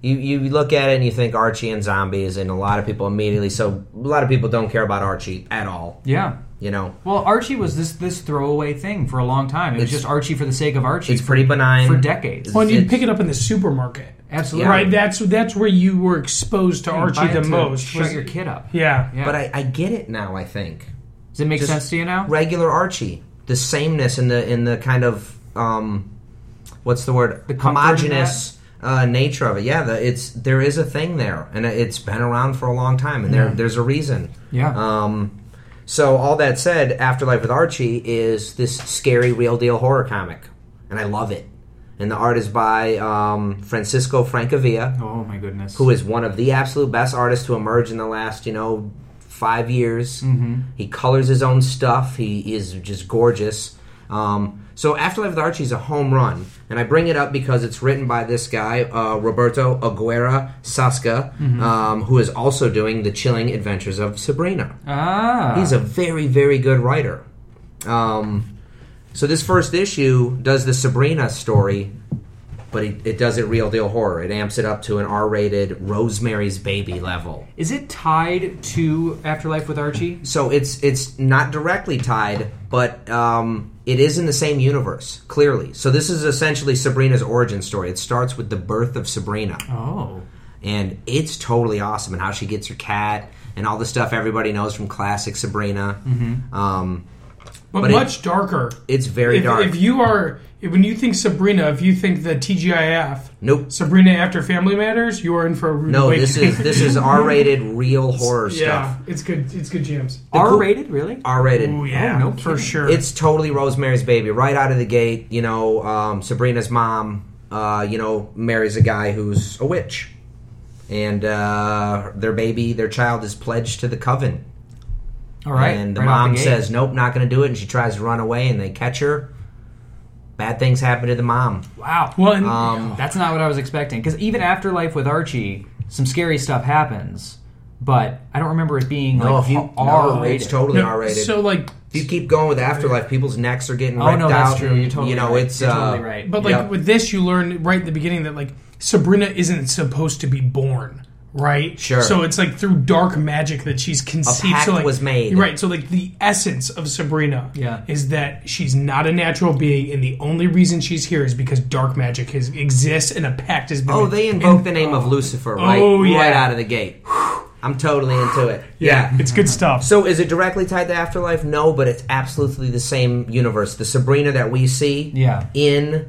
Speaker 4: You you look at it and you think Archie and zombies, and a lot of people immediately. So a lot of people don't care about Archie at all.
Speaker 3: Yeah.
Speaker 4: You know,
Speaker 3: Well, Archie was this this throwaway thing for a long time. It was
Speaker 4: It's-
Speaker 3: just Archie for the sake of Archie.
Speaker 4: it's
Speaker 3: for-
Speaker 4: pretty benign
Speaker 3: for decades.
Speaker 2: Well, and you
Speaker 4: it's-
Speaker 2: pick it up in the supermarket,
Speaker 3: Absolutely.
Speaker 2: right? That's that's where you were exposed to
Speaker 3: You
Speaker 2: Archie
Speaker 3: buy it
Speaker 2: the
Speaker 3: to
Speaker 2: most.
Speaker 3: Shut
Speaker 2: was-
Speaker 3: your kid up.
Speaker 2: Yeah.
Speaker 3: Yeah.
Speaker 4: But I, I get it now. I think
Speaker 3: Does it make
Speaker 4: just-
Speaker 3: sense to you now?
Speaker 4: regular Archie, the sameness in the in the kind of um, what's the word?
Speaker 3: The comfort of
Speaker 4: homogenous uh, nature of it. Yeah, the, it's there is a thing there, and it's been around for a long time, and there there's a reason.
Speaker 3: Yeah.
Speaker 4: Um, so all that said, Afterlife with Archie is this scary real deal horror comic, and I love it. And the art is by um, Francisco Francavilla,
Speaker 3: oh my goodness.
Speaker 4: who is one of the absolute best artists to emerge in the last, you know, five years. He colors his own stuff. He is just gorgeous. Um, so Afterlife with Archie is a home run, and I bring it up because it's written by this guy uh, Roberto Aguera Sasca, um, who is also doing the Chilling Adventures of Sabrina.
Speaker 3: ah.
Speaker 4: He's a very, very good writer. Um, so this first issue does the Sabrina story, but it, it does it real deal horror. It amps it up to an R-rated Rosemary's Baby level.
Speaker 3: is it tied to Afterlife with Archie?
Speaker 4: So it's it's not directly tied, but um, it is in the same universe clearly. So this is essentially Sabrina's origin story. It starts with the birth of Sabrina
Speaker 3: Oh.
Speaker 4: and it's totally awesome and how she gets her cat and all the stuff everybody knows from classic Sabrina. Um,
Speaker 2: But,
Speaker 4: But it-
Speaker 2: much darker.
Speaker 4: it's very
Speaker 2: Mm-hmm. if,
Speaker 4: dark.
Speaker 2: if you are if- when you think Sabrina, if you think the TGIF,
Speaker 4: nope.
Speaker 2: Sabrina after Family Matters, you are in for a rude
Speaker 4: No,
Speaker 2: awakening.
Speaker 4: this is this is R-rated real horror
Speaker 2: yeah,
Speaker 4: stuff.
Speaker 2: it's good. It's good jams.
Speaker 3: R rated, really?
Speaker 4: R-rated.
Speaker 2: Oh yeah,
Speaker 3: no
Speaker 2: for
Speaker 3: kidding.
Speaker 2: sure.
Speaker 4: It's totally Rosemary's Baby right out of the gate. You know, um, Sabrina's mom, uh, you know, marries a guy who's a witch, and uh, their baby, their child, is pledged to the coven.
Speaker 3: All right.
Speaker 4: And the
Speaker 3: right off
Speaker 4: mom
Speaker 3: gate.
Speaker 4: says, "Nope, not going to do it," and she tries to run away, and they catch her. Bad things happen to the mom.
Speaker 3: "Wow,
Speaker 2: well, and,
Speaker 4: Um,
Speaker 3: that's not what I was expecting." Because even Afterlife with Archie, some scary stuff happens, but I don't remember it being
Speaker 4: no,
Speaker 3: like
Speaker 4: if you,
Speaker 3: R
Speaker 4: no, it's
Speaker 3: rated.
Speaker 4: totally
Speaker 2: no,
Speaker 4: R-rated.
Speaker 2: so like,
Speaker 4: if you keep going with Afterlife, people's necks are getting
Speaker 3: oh
Speaker 4: ripped
Speaker 3: no,
Speaker 4: out,
Speaker 3: that's true.
Speaker 4: and,
Speaker 3: You're totally
Speaker 4: you know,
Speaker 3: right.
Speaker 4: it's
Speaker 3: You're
Speaker 4: uh,
Speaker 3: totally right.
Speaker 2: but like
Speaker 4: yeah.
Speaker 2: with this, you learn right at the beginning that like Sabrina isn't supposed to be born. Right,
Speaker 4: Sure.
Speaker 2: So it's like through dark magic that she's conceived.
Speaker 4: pact
Speaker 2: so like,
Speaker 4: was made.
Speaker 2: right? So like the essence of Sabrina,
Speaker 3: Yeah.
Speaker 2: is that she's not a natural being, and the only reason she's here is because dark magic has, exists and a pact has been.
Speaker 4: Oh,
Speaker 2: made.
Speaker 3: oh.
Speaker 4: they invoke the name of Lucifer right,
Speaker 2: Oh, yeah.
Speaker 4: right out of the gate. I'm totally into it. Yeah.
Speaker 2: it's good stuff.
Speaker 4: So is it directly tied to Afterlife? No, but it's absolutely the same universe. The Sabrina that we see
Speaker 3: Yeah.
Speaker 4: in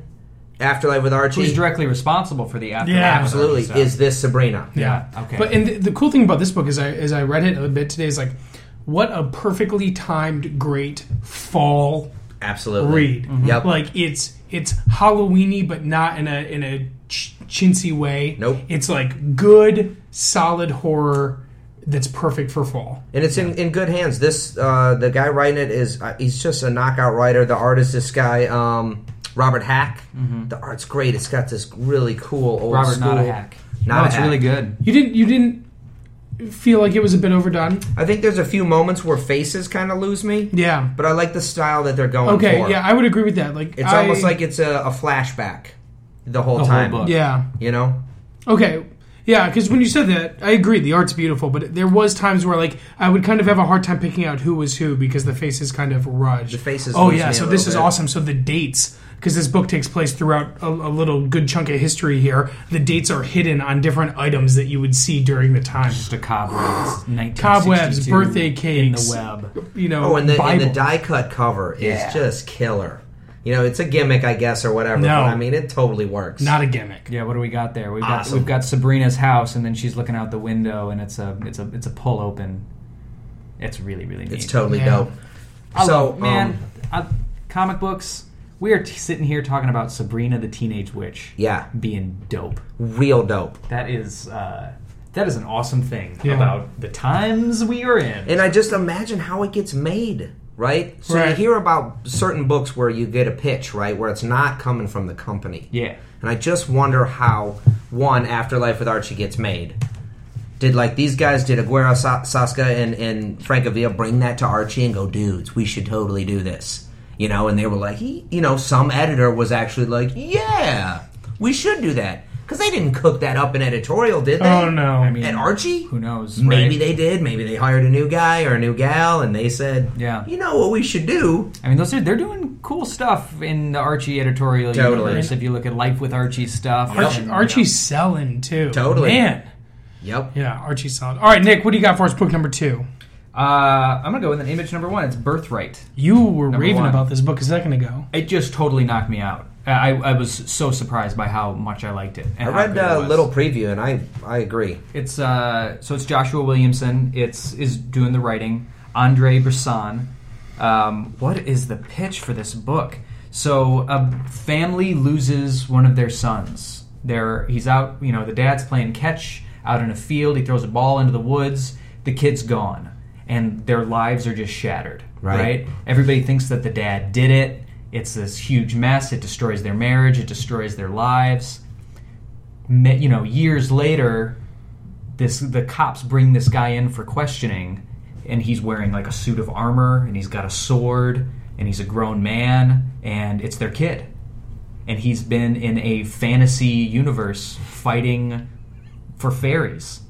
Speaker 4: Afterlife with Archie.
Speaker 3: Who's directly responsible for the aftermath?
Speaker 2: Yeah.
Speaker 3: of it,
Speaker 4: absolutely
Speaker 3: so-
Speaker 4: is this Sabrina.
Speaker 3: Yeah. Okay.
Speaker 2: But and the, the cool thing about this book is, I as I read it a bit today, is like, what a perfectly timed, great fall
Speaker 4: Absolutely.
Speaker 2: read.
Speaker 4: Mm-hmm.
Speaker 3: Mm-hmm.
Speaker 4: Yep.
Speaker 2: Like it's it's Halloweeny, but not in a in a ch- chintzy way.
Speaker 4: Nope.
Speaker 2: It's like good, solid horror that's perfect for fall.
Speaker 4: and it's in, in good hands. This uh, the guy writing it is uh, he's just a knockout writer. The artist this guy um, Robert Hack. The art's great. It's got this really cool old
Speaker 3: Mm-hmm. Robert,
Speaker 4: school.
Speaker 3: not a hack.
Speaker 4: Not
Speaker 3: no,
Speaker 4: a
Speaker 3: it's
Speaker 4: hack.
Speaker 3: really good.
Speaker 2: You didn't you didn't feel like it was a bit overdone?
Speaker 4: I think there's a few moments where faces kind of lose me,
Speaker 2: Yeah.
Speaker 4: but I like the style that they're going
Speaker 2: Okay.
Speaker 4: for.
Speaker 2: Yeah, I would agree with that. Like
Speaker 4: It's
Speaker 2: I-
Speaker 4: almost like it's a, a flashback the whole
Speaker 3: The whole
Speaker 4: time.
Speaker 3: book.
Speaker 2: yeah.
Speaker 4: You know?
Speaker 2: Okay. Yeah, because when you said that, I agree. The art's beautiful, but there was times where like I would kind of have a hard time picking out who was who because the faces kind of rushed.
Speaker 4: The faces
Speaker 2: Oh
Speaker 4: lose
Speaker 2: yeah,
Speaker 4: me a
Speaker 2: so
Speaker 4: little
Speaker 2: this is
Speaker 4: bit.
Speaker 2: awesome. So the dates, because this book takes place throughout a, a little good chunk of history here. The dates are hidden on different items that you would see during the time.
Speaker 3: Just a cobwebs. 1962
Speaker 2: Cobwebs, birthday
Speaker 3: in
Speaker 2: cakes.
Speaker 3: the web.
Speaker 2: You know.
Speaker 4: Oh, and the, and the
Speaker 2: Bible.
Speaker 4: die cut cover is
Speaker 3: Yeah.
Speaker 4: just killer. You know, it's a gimmick, I guess, or whatever.
Speaker 2: No.
Speaker 4: But I mean, it totally works.
Speaker 2: not a gimmick.
Speaker 3: Yeah, what do we got there? We've got
Speaker 4: Awesome.
Speaker 3: we've got Sabrina's house, and then she's looking out the window, and it's a it's a it's a pull open. It's really really neat.
Speaker 4: it's totally
Speaker 2: Yeah.
Speaker 4: dope.
Speaker 3: I
Speaker 4: so,
Speaker 3: love, man,
Speaker 4: um,
Speaker 3: I, comic books. We are t- sitting here talking about Sabrina the Teenage Witch.
Speaker 4: Yeah.
Speaker 3: being dope.
Speaker 4: real dope.
Speaker 3: That is uh, that is an awesome thing
Speaker 2: Yeah.
Speaker 3: about the times we are in.
Speaker 4: And I just imagine how it gets made, right? So you
Speaker 2: Right.
Speaker 4: hear about certain books where you get a pitch, right, where it's not coming from the company.
Speaker 3: yeah,
Speaker 4: And I just wonder how one Afterlife with Archie gets made. Did like these guys? Did Aguero, Sa- Saska, and and Frank Avila bring that to Archie and go, dudes, we should totally do this, you know? And they were like, he, you know, some editor was actually like, yeah, we should do that because they didn't cook that up in editorial, did they?
Speaker 2: Oh no.
Speaker 3: I mean,
Speaker 4: At Archie,
Speaker 3: who knows?
Speaker 4: Maybe
Speaker 3: right?
Speaker 4: they did. Maybe they hired a new guy or a new gal, and they said,
Speaker 3: Yeah.
Speaker 4: you know what we should do."
Speaker 3: I mean, those are they're doing cool stuff in the Archie editorial
Speaker 4: Totally.
Speaker 3: universe. If you look at Life with Archie stuff,
Speaker 2: Archie,
Speaker 3: and, you know,
Speaker 2: Archie's selling too.
Speaker 4: Totally.
Speaker 2: Man.
Speaker 4: Yep.
Speaker 2: Yeah, Archie's solid. All right, Nick, what do you got for us? Book number two.
Speaker 3: uh, I'm gonna go with an image number one. It's Birthright.
Speaker 2: You were
Speaker 3: Number
Speaker 2: raving
Speaker 3: one.
Speaker 2: about this book a second ago.
Speaker 3: It just totally knocked me out. I, I was so surprised by how much I liked it.
Speaker 4: I
Speaker 3: And how
Speaker 4: read
Speaker 3: good it
Speaker 4: a
Speaker 3: was.
Speaker 4: little preview, and I I agree.
Speaker 3: It's uh, so it's Joshua Williamson. It's is doing the writing. Andre Brisson. Um, what is the pitch for this book? So a family loses one of their sons. They're, he's out. You know, the dad's playing catch out in a field. He throws a ball into the woods. The kid's gone, and their lives are just shattered.
Speaker 4: Right.
Speaker 3: right? Everybody thinks that the dad did it. It's this huge mess. It destroys their marriage. It destroys their lives me- you know years later this the cops bring this guy in for questioning and he's wearing like a suit of armor and he's got a sword and he's a grown man and it's their kid and he's been in a fantasy universe fighting for fairies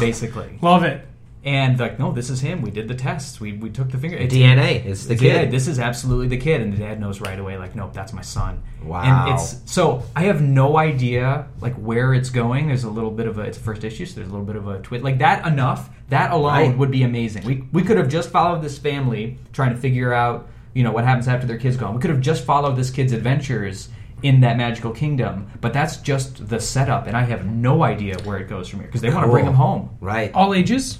Speaker 3: basically
Speaker 2: Love it.
Speaker 3: and like no this is him we did the tests we, we took the finger it's-
Speaker 4: DNA is the
Speaker 3: yeah,
Speaker 4: kid.
Speaker 3: this is absolutely the kid, and the dad knows right away. Like, nope, that's my son.
Speaker 4: Wow.
Speaker 3: And it's so I have no idea like where it's going. There's a little bit of a it's a first issue, so there's a little bit of a twist. Like that enough. That alone
Speaker 4: Right.
Speaker 3: would be amazing. We we could have just followed this family trying to figure out you know what happens after their kid's gone. We could have just followed this kid's adventures in that magical kingdom. But that's just the setup, and I have no idea where it goes from here because they want to bring
Speaker 4: Cool.
Speaker 3: him home.
Speaker 4: Right.
Speaker 2: All ages?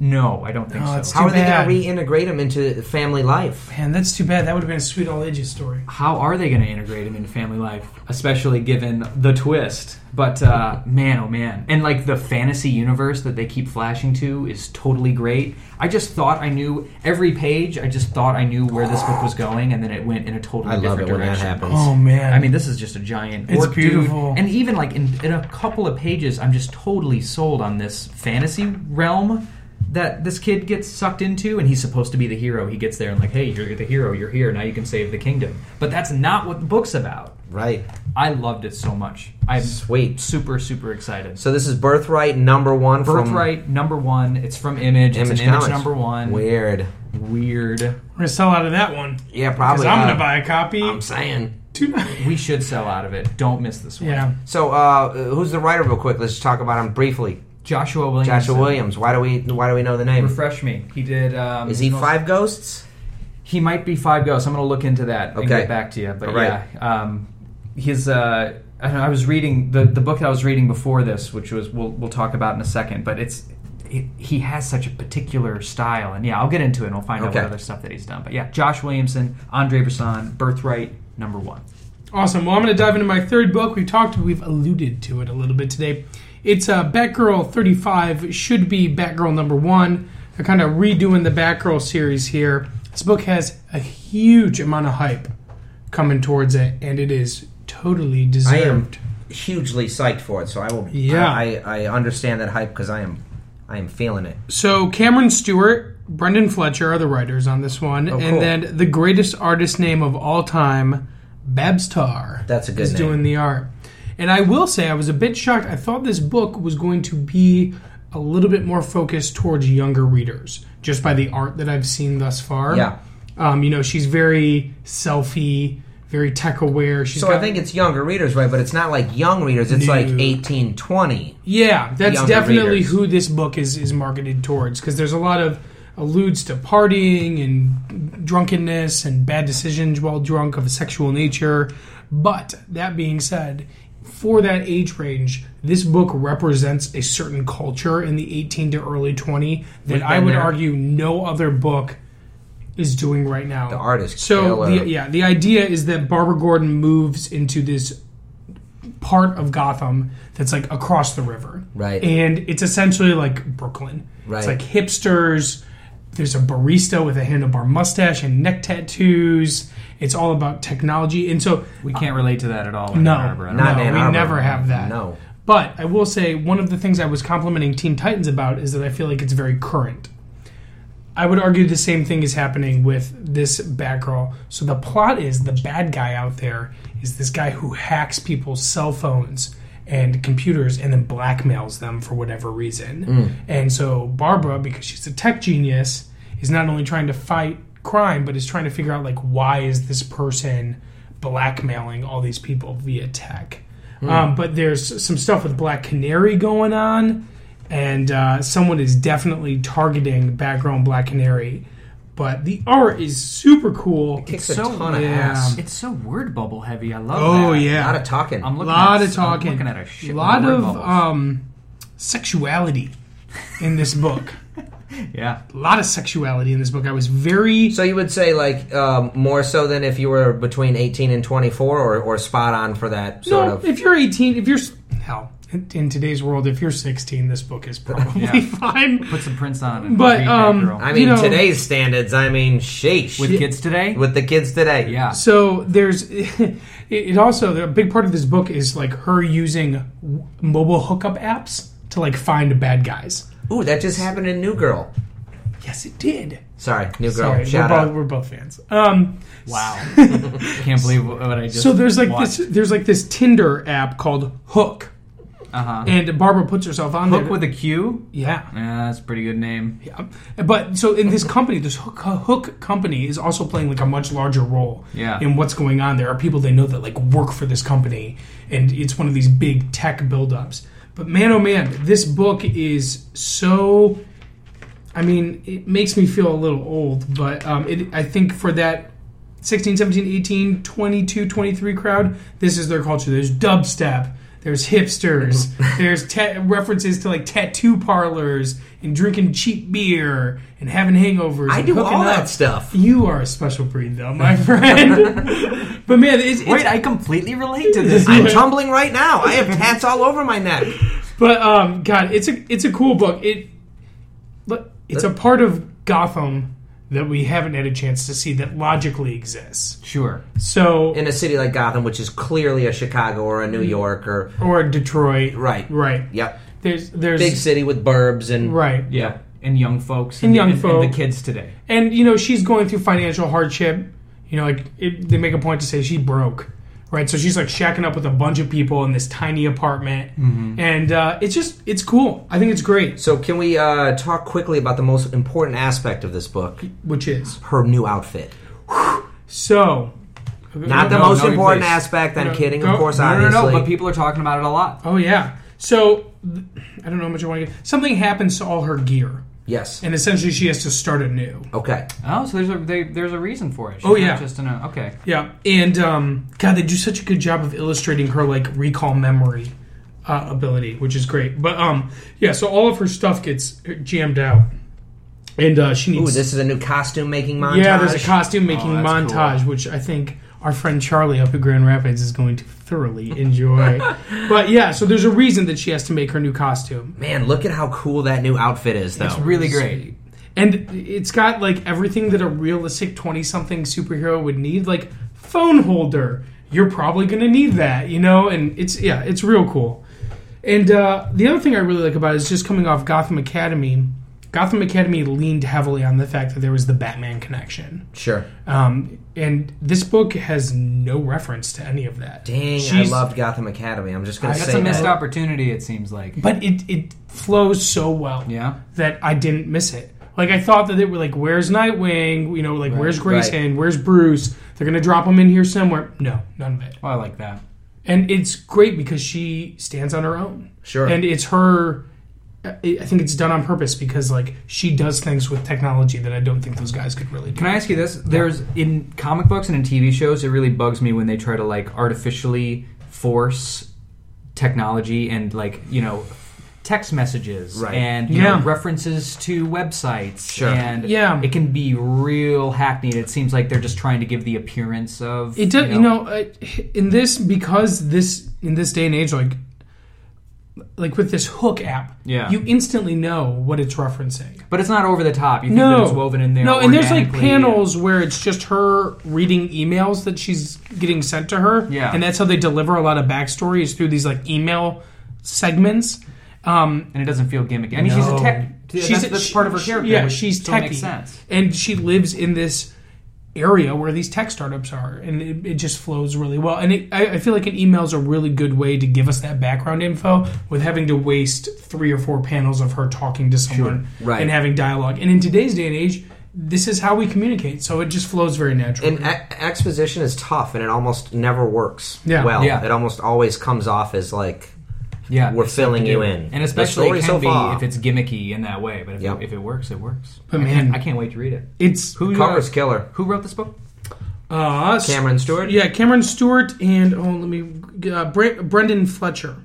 Speaker 3: No, I don't think
Speaker 2: No,
Speaker 3: so.
Speaker 2: it's
Speaker 4: How are
Speaker 2: Too
Speaker 4: they
Speaker 2: bad.
Speaker 4: going to reintegrate him into family life?
Speaker 2: Man, that's too bad. That would have been a sweet all ages story.
Speaker 3: how are they going to integrate him into family life, especially given the twist? But uh, man, oh man, and like the fantasy universe that they keep flashing to is totally great. I just thought I knew every page. I just thought I knew where this book was going, and then it went in a totally
Speaker 4: I love
Speaker 3: different
Speaker 4: it when that
Speaker 3: direction.
Speaker 4: happens.
Speaker 2: Oh man.
Speaker 3: I mean, this is just a giant.
Speaker 2: It's
Speaker 3: orc dude.
Speaker 2: beautiful.
Speaker 3: and even like in, in a couple of pages, I'm just totally sold on this fantasy realm that this kid gets sucked into, and he's supposed to be the hero. He gets there and like, hey, you're the hero. You're here now. You can save the kingdom. But that's not what the book's about.
Speaker 4: Right.
Speaker 3: I loved it so much. I'm
Speaker 4: Sweet.
Speaker 3: super super excited.
Speaker 4: So this is Birthright number one from
Speaker 3: Birthright number one. It's from Image.
Speaker 4: Image
Speaker 3: it's an Image
Speaker 4: Comics.
Speaker 3: number one.
Speaker 4: Weird.
Speaker 3: Weird.
Speaker 2: we're gonna sell out of that one.
Speaker 4: Yeah,
Speaker 2: Because
Speaker 4: probably.
Speaker 2: I'm
Speaker 4: uh,
Speaker 2: gonna buy a copy
Speaker 4: I'm saying.
Speaker 2: tonight.
Speaker 3: We should sell out of it. Don't miss this one.
Speaker 2: Yeah.
Speaker 4: So uh, who's the writer? Real quick. Let's talk about him briefly.
Speaker 3: Joshua Williams.
Speaker 4: Joshua Williams. Why do we Why do we know the name?
Speaker 3: Refresh me. He did. Um,
Speaker 4: Is he
Speaker 3: most-
Speaker 4: Five Ghosts?
Speaker 3: He might be five ghosts. I'm going to look into that and
Speaker 4: Okay.
Speaker 3: get back to you. But
Speaker 4: All right.
Speaker 3: yeah, um, his. Uh, I, don't know, I was reading the the book that I was reading before this, which was we'll we'll talk about in a second. But it's he, he has such a particular style, and yeah, I'll get into it. and We'll find out
Speaker 4: Okay.
Speaker 3: what other stuff that he's done. But yeah, Josh Williamson, Andre Brisson, Birthright number one.
Speaker 2: Awesome. Well, I'm going to dive into my third book. We've talked, we've alluded to it a little bit today. It's uh, Batgirl 35, should be Batgirl number one. They're kind of redoing the Batgirl series here. This book has a huge amount of hype coming towards it, and it is totally
Speaker 4: I am
Speaker 2: deserved.
Speaker 4: hugely psyched for it. So I will.
Speaker 2: Yeah.
Speaker 4: I, I understand that hype because I am I am feeling it.
Speaker 2: So Cameron Stewart, Brendan Fletcher are the writers on this one,
Speaker 4: Oh, cool.
Speaker 2: and then the greatest artist name of all time, Babstar.
Speaker 4: That's a good
Speaker 2: is
Speaker 4: name.
Speaker 2: doing the art. And I will say, I was a bit shocked. I thought this book was going to be a little bit more focused towards younger readers, just by the art that I've seen thus far.
Speaker 4: Yeah.
Speaker 2: Um, you know, she's very selfie, very tech aware. She's
Speaker 4: So
Speaker 2: got,
Speaker 4: I think it's younger readers, right? But it's not like young readers. It's like
Speaker 2: No.
Speaker 4: eighteen twenty.
Speaker 2: Yeah, that's
Speaker 4: younger
Speaker 2: definitely
Speaker 4: readers.
Speaker 2: who this book is is marketed towards because there's a lot of alludes to partying and drunkenness and bad decisions while drunk of a sexual nature. But that being said, for that age range, this book represents a certain culture in the 18 to early 20 that I
Speaker 4: been
Speaker 2: would
Speaker 4: there.
Speaker 2: argue no other book is doing right now.
Speaker 4: The artist.
Speaker 2: So
Speaker 4: killer.
Speaker 2: the, yeah, the idea is that Barbara Gordon moves into this part of Gotham that's like across the river,
Speaker 4: Right.
Speaker 2: And it's essentially like Brooklyn.
Speaker 4: Right.
Speaker 2: It's like hipsters. There's a barista with a handlebar mustache and neck tattoos. It's all about technology, and so
Speaker 4: Uh,
Speaker 3: We can't relate to that at all. in
Speaker 2: No.
Speaker 3: Ann Arbor. I don't
Speaker 4: Not
Speaker 2: No,
Speaker 4: in Ann
Speaker 2: we
Speaker 4: Arbor.
Speaker 2: never have that.
Speaker 4: No.
Speaker 2: But I will say one of the things I was complimenting Teen Titans about is that I feel like it's very current. I would argue the same thing is happening with this Batgirl. So the plot is the bad guy out there is this guy who hacks people's cell phones and computers and then blackmails them for whatever reason. And so Barbara, because she's a tech genius, is not only trying to fight crime but is trying to figure out like why is this person blackmailing all these people via tech. Um, but there's some stuff with Black Canary going on, and uh, someone is definitely targeting background Black Canary. But the art is super cool.
Speaker 4: kicks
Speaker 3: So-
Speaker 4: a ton of
Speaker 2: yeah.
Speaker 4: ass.
Speaker 3: It's so word bubble heavy. I love.
Speaker 2: um, Oh
Speaker 3: that.
Speaker 2: yeah,
Speaker 4: Not a talking.
Speaker 3: I'm
Speaker 2: a
Speaker 3: looking
Speaker 2: lot
Speaker 3: at,
Speaker 2: of talking,
Speaker 3: I'm looking at a shitload
Speaker 2: a lot
Speaker 3: word
Speaker 2: of
Speaker 3: bubbles.
Speaker 2: um, sexuality in this book.
Speaker 3: yeah.
Speaker 2: a lot of sexuality in this book. I was very
Speaker 4: so you would say like um, more so than if you were between eighteen and twenty four, or, or spot on for that sort
Speaker 2: no,
Speaker 4: of.
Speaker 2: if you're 18, if you're s- hell in, in today's world, if you're 16, this book is probably
Speaker 3: Yeah.
Speaker 2: fine.
Speaker 3: Put some prints on. And
Speaker 2: But,
Speaker 3: read
Speaker 2: um,
Speaker 3: Batgirl.
Speaker 4: I mean
Speaker 2: you know-
Speaker 4: today's standards. I mean, sheesh.
Speaker 3: with kids today.
Speaker 4: With the kids today.
Speaker 3: yeah.
Speaker 2: So there's it- it also a big part of this book is like her using w- mobile hookup apps to like find bad guys.
Speaker 4: Ooh, that just happened in New Girl.
Speaker 2: Yes, it did.
Speaker 4: Sorry, New Girl.
Speaker 2: Sorry, we're
Speaker 4: Shout
Speaker 2: both,
Speaker 4: out.
Speaker 2: we're both fans. Um,
Speaker 3: Wow. Can't believe what I just.
Speaker 2: so there's like
Speaker 3: watched.
Speaker 2: this there's like this Tinder app called Hook,
Speaker 3: Uh-huh.
Speaker 2: and Barbara puts herself on
Speaker 3: Hook
Speaker 2: there.
Speaker 3: with a Q.
Speaker 2: yeah.
Speaker 3: Yeah, that's a pretty good name.
Speaker 2: Yeah. But so in this company, this hook, hook company is also playing like a much larger role
Speaker 3: Yeah.
Speaker 2: in what's going on. There are people they know that like work for this company, and it's one of these big tech buildups. But man, oh man, this book is so. I mean, it makes me feel a little old, but um, it, I think for that 16, 17, 18, 22, 23 crowd, this is their culture. There's dubstep, there's hipsters, there's ta- references to like tattoo parlors and drinking cheap beer and having hangovers.
Speaker 4: I
Speaker 2: and
Speaker 4: do
Speaker 2: hooking
Speaker 4: all
Speaker 2: up.
Speaker 4: that stuff.
Speaker 2: You are a special breed, though, my friend. but man, it's, it's
Speaker 3: Wait, I completely relate to this.
Speaker 4: I'm tumbling right now. I have tats all over my neck.
Speaker 2: but um, God, it's a it's a cool book. It look, it's a part of Gotham that we haven't had a chance to see that logically exists.
Speaker 3: sure.
Speaker 2: So
Speaker 4: In a city like Gotham, which is clearly a Chicago or a New York or
Speaker 2: or Detroit,
Speaker 4: right,
Speaker 2: Mm-hmm. right?
Speaker 4: Yep,
Speaker 2: There's there's
Speaker 4: big city with burbs and
Speaker 2: right.
Speaker 3: Yeah. And young folks.
Speaker 2: And young folk.
Speaker 3: the kids today.
Speaker 2: and you know she's going through financial hardship you know like it, they make a point to say she broke right so she's like shacking up with a bunch of people in this tiny apartment
Speaker 4: Mm-hmm.
Speaker 2: and uh, it's just it's cool i think it's great
Speaker 4: So, can we uh, talk quickly about the most important aspect of this book?
Speaker 2: which is
Speaker 4: Her new outfit.
Speaker 2: so
Speaker 4: Not the
Speaker 3: no,
Speaker 4: most
Speaker 3: no,
Speaker 4: important
Speaker 3: please.
Speaker 4: aspect. I'm
Speaker 2: No,
Speaker 4: kidding,
Speaker 2: no,
Speaker 4: of course,
Speaker 2: no,
Speaker 3: No, no,
Speaker 4: obviously.
Speaker 3: no. But people are talking about it a lot.
Speaker 2: oh yeah So th- I don't know how much I want to get. Something happens to all her gear,
Speaker 4: Yes.
Speaker 2: and essentially she has to start anew.
Speaker 4: Okay.
Speaker 3: Oh, so there's a they, there's a reason for it. She's
Speaker 2: Oh,
Speaker 3: not
Speaker 2: yeah.
Speaker 3: just in a okay.
Speaker 2: Yeah, and um, God, they do such a good job of illustrating her like recall memory uh, ability, which is great. But um, yeah, so all of her stuff gets jammed out, and uh, she
Speaker 4: Ooh,
Speaker 2: needs.
Speaker 4: this is a new costume making montage.
Speaker 2: yeah, there's a costume making
Speaker 3: Oh, that's
Speaker 2: montage, which I think our friend Charlie up at Grand Rapids is going to thoroughly enjoy. but yeah, so there's a reason that she has to make her new costume.
Speaker 4: Man, look at how cool that new outfit is, though.
Speaker 3: It's really great.
Speaker 2: And it's got like everything that a realistic 20 something superhero would need, like phone holder. You're probably going to need that, you know? And it's, yeah, it's real cool. And uh, the other thing I really like about it is just coming off Gotham Academy. Gotham Academy leaned heavily on the fact that there was the Batman connection.
Speaker 4: sure.
Speaker 2: Um, and this book has no reference to any of that.
Speaker 4: Dang,
Speaker 2: She's-
Speaker 4: I loved Gotham Academy. I'm just gonna
Speaker 3: That's
Speaker 4: say
Speaker 3: a missed
Speaker 4: that.
Speaker 3: opportunity. It seems like.
Speaker 2: But it, it flows so well.
Speaker 3: Yeah.
Speaker 2: that I didn't miss it. Like I thought that they were like, "Where's Nightwing? You know, like where's Grayson? Where's Bruce? They're gonna drop him in here somewhere." No, none of it.
Speaker 3: Well, Oh, I like that.
Speaker 2: And it's great because she stands on her own,
Speaker 4: Sure.
Speaker 2: and it's her. I I think it's done on purpose because like she does things with technology that I don't think those guys could really do.
Speaker 3: Can I ask you this? There's in comic books and in TV shows, it really bugs me when they try to like artificially force technology and like you know text messages
Speaker 4: Right.
Speaker 3: and you
Speaker 2: Yeah.
Speaker 3: know, references to websites
Speaker 4: Sure.
Speaker 3: and
Speaker 2: Yeah.
Speaker 3: it can be real hackneyed. It seems like they're just trying to give the appearance of
Speaker 2: It does, you know, uh in this because this in this day and age, like like with this hook app,
Speaker 3: Yeah.
Speaker 2: you instantly know what it's referencing.
Speaker 3: But it's not over the top. You think that it's woven in there.
Speaker 2: No, and there's like
Speaker 3: organically.
Speaker 2: panels where it's just her reading emails that she's getting sent to her.
Speaker 3: Yeah.
Speaker 2: And that's how they deliver a lot of backstory is through these like email segments. Um,
Speaker 3: and it doesn't feel gimmicky. I mean, she's a
Speaker 2: no.
Speaker 3: tech. that's, that's
Speaker 2: she-
Speaker 3: part of her
Speaker 2: she-
Speaker 3: character.
Speaker 2: Yeah,
Speaker 3: which
Speaker 2: she's
Speaker 3: still
Speaker 2: techie,
Speaker 3: Makes sense.
Speaker 2: and she lives in this area where these tech startups are, and it, it just flows really well. And it, I, I feel like an email is a really good way to give us that background info with having to waste three or four panels of her talking to someone
Speaker 4: Right.
Speaker 2: and having dialogue. And in today's day and age. This is how we communicate, so it just flows very naturally.
Speaker 4: and e- exposition is tough, and it almost never works
Speaker 2: Yeah.
Speaker 4: well.
Speaker 3: Yeah.
Speaker 4: It almost always comes off as like
Speaker 3: Yeah,
Speaker 4: we're filling you in,
Speaker 3: and
Speaker 4: The
Speaker 3: especially
Speaker 4: story
Speaker 3: it can
Speaker 4: so
Speaker 3: be
Speaker 4: far.
Speaker 3: if it's gimmicky in that way. But if,
Speaker 4: Yep.
Speaker 3: it, if it works, it works.
Speaker 2: But
Speaker 3: I can't-
Speaker 2: man-
Speaker 3: I can't wait to read it.
Speaker 2: It's
Speaker 3: Who
Speaker 4: cover's
Speaker 3: uh,
Speaker 4: killer.
Speaker 3: who wrote this book?
Speaker 2: uh, s-
Speaker 4: Cameron Stewart.
Speaker 2: Yeah, Cameron Stewart and oh, let me uh, Bre- Brendan Fletcher.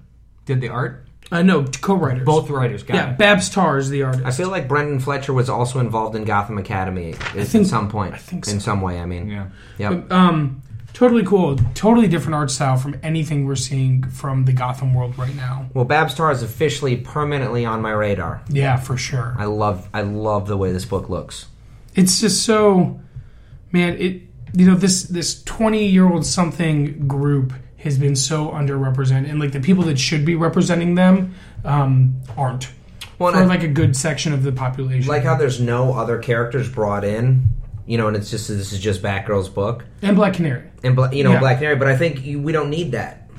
Speaker 3: Did the art?
Speaker 2: Uh, no, co-writers.
Speaker 3: Both writers got
Speaker 2: Yeah,
Speaker 3: it.
Speaker 2: Babs Tarr is the artist.
Speaker 4: I feel like Brendan Fletcher was also involved in Gotham Academy at
Speaker 2: think-
Speaker 4: some point.
Speaker 2: I think so.
Speaker 4: In some way, I mean.
Speaker 3: Yeah.
Speaker 4: Yep.
Speaker 2: um, totally cool. Totally different art style from anything we're seeing from the Gotham world right now.
Speaker 4: Well, Babstar is officially permanently on my radar.
Speaker 2: Yeah, for sure.
Speaker 4: I love I love the way this book looks.
Speaker 2: It's just so, man. It you know this this twenty year old something group has been so underrepresented, and like the people that should be representing them um, aren't.
Speaker 4: Well,
Speaker 2: for
Speaker 4: and I-
Speaker 2: like a good section of the population.
Speaker 4: like how there's no other characters brought in, you know, and it's just this is just Batgirl's book
Speaker 2: and Black Canary.
Speaker 4: and Bla- you know
Speaker 2: Yeah.
Speaker 4: Black Canary. But I think you, we don't need that.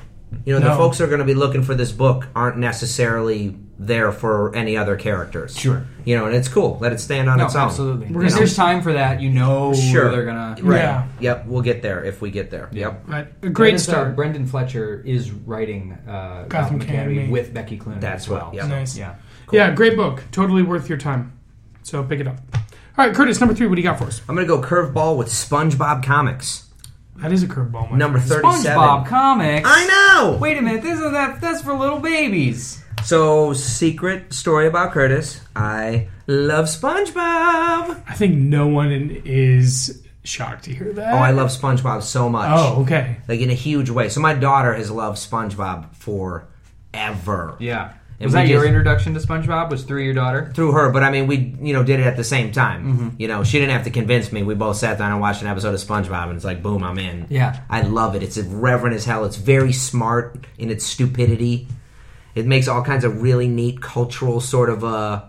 Speaker 4: You know, the
Speaker 2: No.
Speaker 4: folks who are going to be looking for this book aren't necessarily there for any other characters.
Speaker 3: Sure.
Speaker 4: You know, and it's cool. Let it stand on
Speaker 3: No,
Speaker 4: its own.
Speaker 3: absolutely.
Speaker 2: We're
Speaker 3: Because
Speaker 2: gonna-
Speaker 3: there's time for that. You know,
Speaker 4: Sure.
Speaker 3: they're gonna.
Speaker 4: Right.
Speaker 2: Yeah.
Speaker 4: Yep. We'll get there if we get there. Yep.
Speaker 2: But a
Speaker 3: And,
Speaker 2: great
Speaker 3: uh,
Speaker 2: start.
Speaker 3: Brendan Fletcher is writing uh, Gotham, Academy,
Speaker 2: Academy.
Speaker 3: with Becky Cloonan.
Speaker 4: That's
Speaker 3: as
Speaker 4: what-
Speaker 3: well.
Speaker 4: yeah.
Speaker 2: Nice.
Speaker 3: Yeah.
Speaker 2: Yeah, great book. Totally worth your time. So pick it up. All right, Curtis, number three. What do you got for us?
Speaker 4: I'm going to go curveball with SpongeBob comics
Speaker 2: That is a curveball. my
Speaker 4: number
Speaker 2: friend.
Speaker 4: thirty-seven.
Speaker 3: SpongeBob comics.
Speaker 4: I know.
Speaker 3: Wait a minute, this is that that's for little babies.
Speaker 4: So, secret story about Curtis. I love SpongeBob.
Speaker 2: I think no one in- is shocked to hear that.
Speaker 4: Oh, I love SpongeBob so much.
Speaker 2: Oh, okay.
Speaker 4: Like in a huge way. So my daughter has loved SpongeBob forever.
Speaker 3: Yeah.
Speaker 4: And
Speaker 3: was
Speaker 4: we
Speaker 3: that your
Speaker 4: just-
Speaker 3: introduction to SpongeBob? Was through your daughter?
Speaker 4: Through her, but I mean, we you know did it at the same time.
Speaker 3: Mm-hmm.
Speaker 4: You know, she didn't have to convince me. We both sat down and watched an episode of SpongeBob, and it's like, boom, I'm in.
Speaker 3: Yeah.
Speaker 4: I love it. It's reverent as hell. It's very smart in its stupidity. It makes all kinds of really neat cultural sort of uh,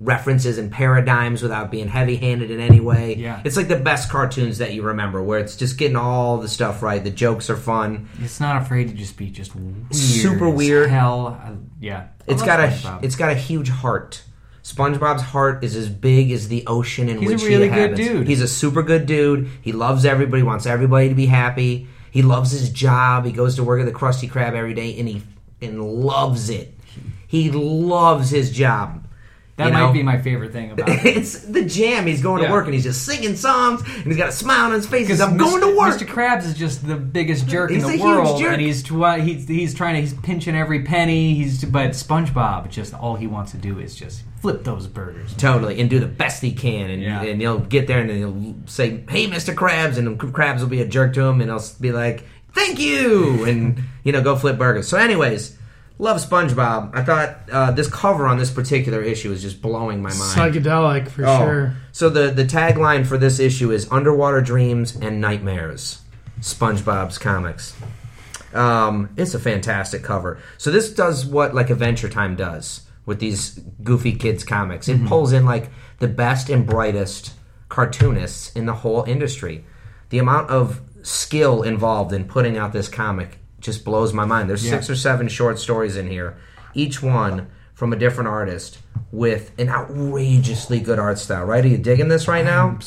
Speaker 4: references and paradigms without being heavy-handed in any way.
Speaker 3: Yeah.
Speaker 4: it's like the best cartoons that you remember, where it's just getting all the stuff right. The jokes are fun.
Speaker 3: It's not afraid to just be just weird
Speaker 4: Super
Speaker 3: as
Speaker 4: weird.
Speaker 3: Hell, I- yeah. I
Speaker 4: It's
Speaker 3: love
Speaker 4: got
Speaker 3: SpongeBob.
Speaker 4: a it's got a huge heart. SpongeBob's heart is as big as the ocean in
Speaker 3: He's a
Speaker 4: which
Speaker 3: really
Speaker 4: he
Speaker 3: good
Speaker 4: inhabits.
Speaker 3: dude.
Speaker 4: He's a super good dude. He loves everybody. Wants everybody to be happy. He loves his job. He goes to work at the Krusty Krab every day, and he and loves it. He loves his job.
Speaker 3: That
Speaker 4: you
Speaker 3: might
Speaker 4: know?
Speaker 3: be my favorite thing about it.
Speaker 4: it's the jam. He's going
Speaker 3: Yeah.
Speaker 4: to work and he's just singing songs and he's got a smile on his face. He's, I'm
Speaker 3: Mr.
Speaker 4: going to work.
Speaker 3: Mr. Krabs is just the biggest jerk
Speaker 4: He's
Speaker 3: in
Speaker 4: a
Speaker 3: the
Speaker 4: huge
Speaker 3: world,
Speaker 4: jerk.
Speaker 3: and he's tw- uh, he's he's trying to he's pinching every penny. He's but SpongeBob just all he wants to do is just flip those burgers.
Speaker 4: Totally, and do the best he can, and
Speaker 3: Yeah.
Speaker 4: and he'll get there and then he'll say, "Hey, Mr. Krabs," and Krabs will be a jerk to him, and he'll be like, "Thank you," and you know, go flip burgers. So, anyways, love SpongeBob. I thought uh, this cover on this particular issue is just blowing my mind.
Speaker 2: Psychedelic for
Speaker 4: Oh.
Speaker 2: sure.
Speaker 4: So the the tagline for this issue is "Underwater Dreams and Nightmares." SpongeBob's comics. Um, it's a fantastic cover. So this does what like Adventure Time does with these goofy kids comics. It pulls in like the best and brightest cartoonists in the whole industry. The amount of skill involved in putting out this comic just blows my mind. There's six or seven short stories in here, each one from a different artist with an outrageously good art style. Right? Are you digging this right now?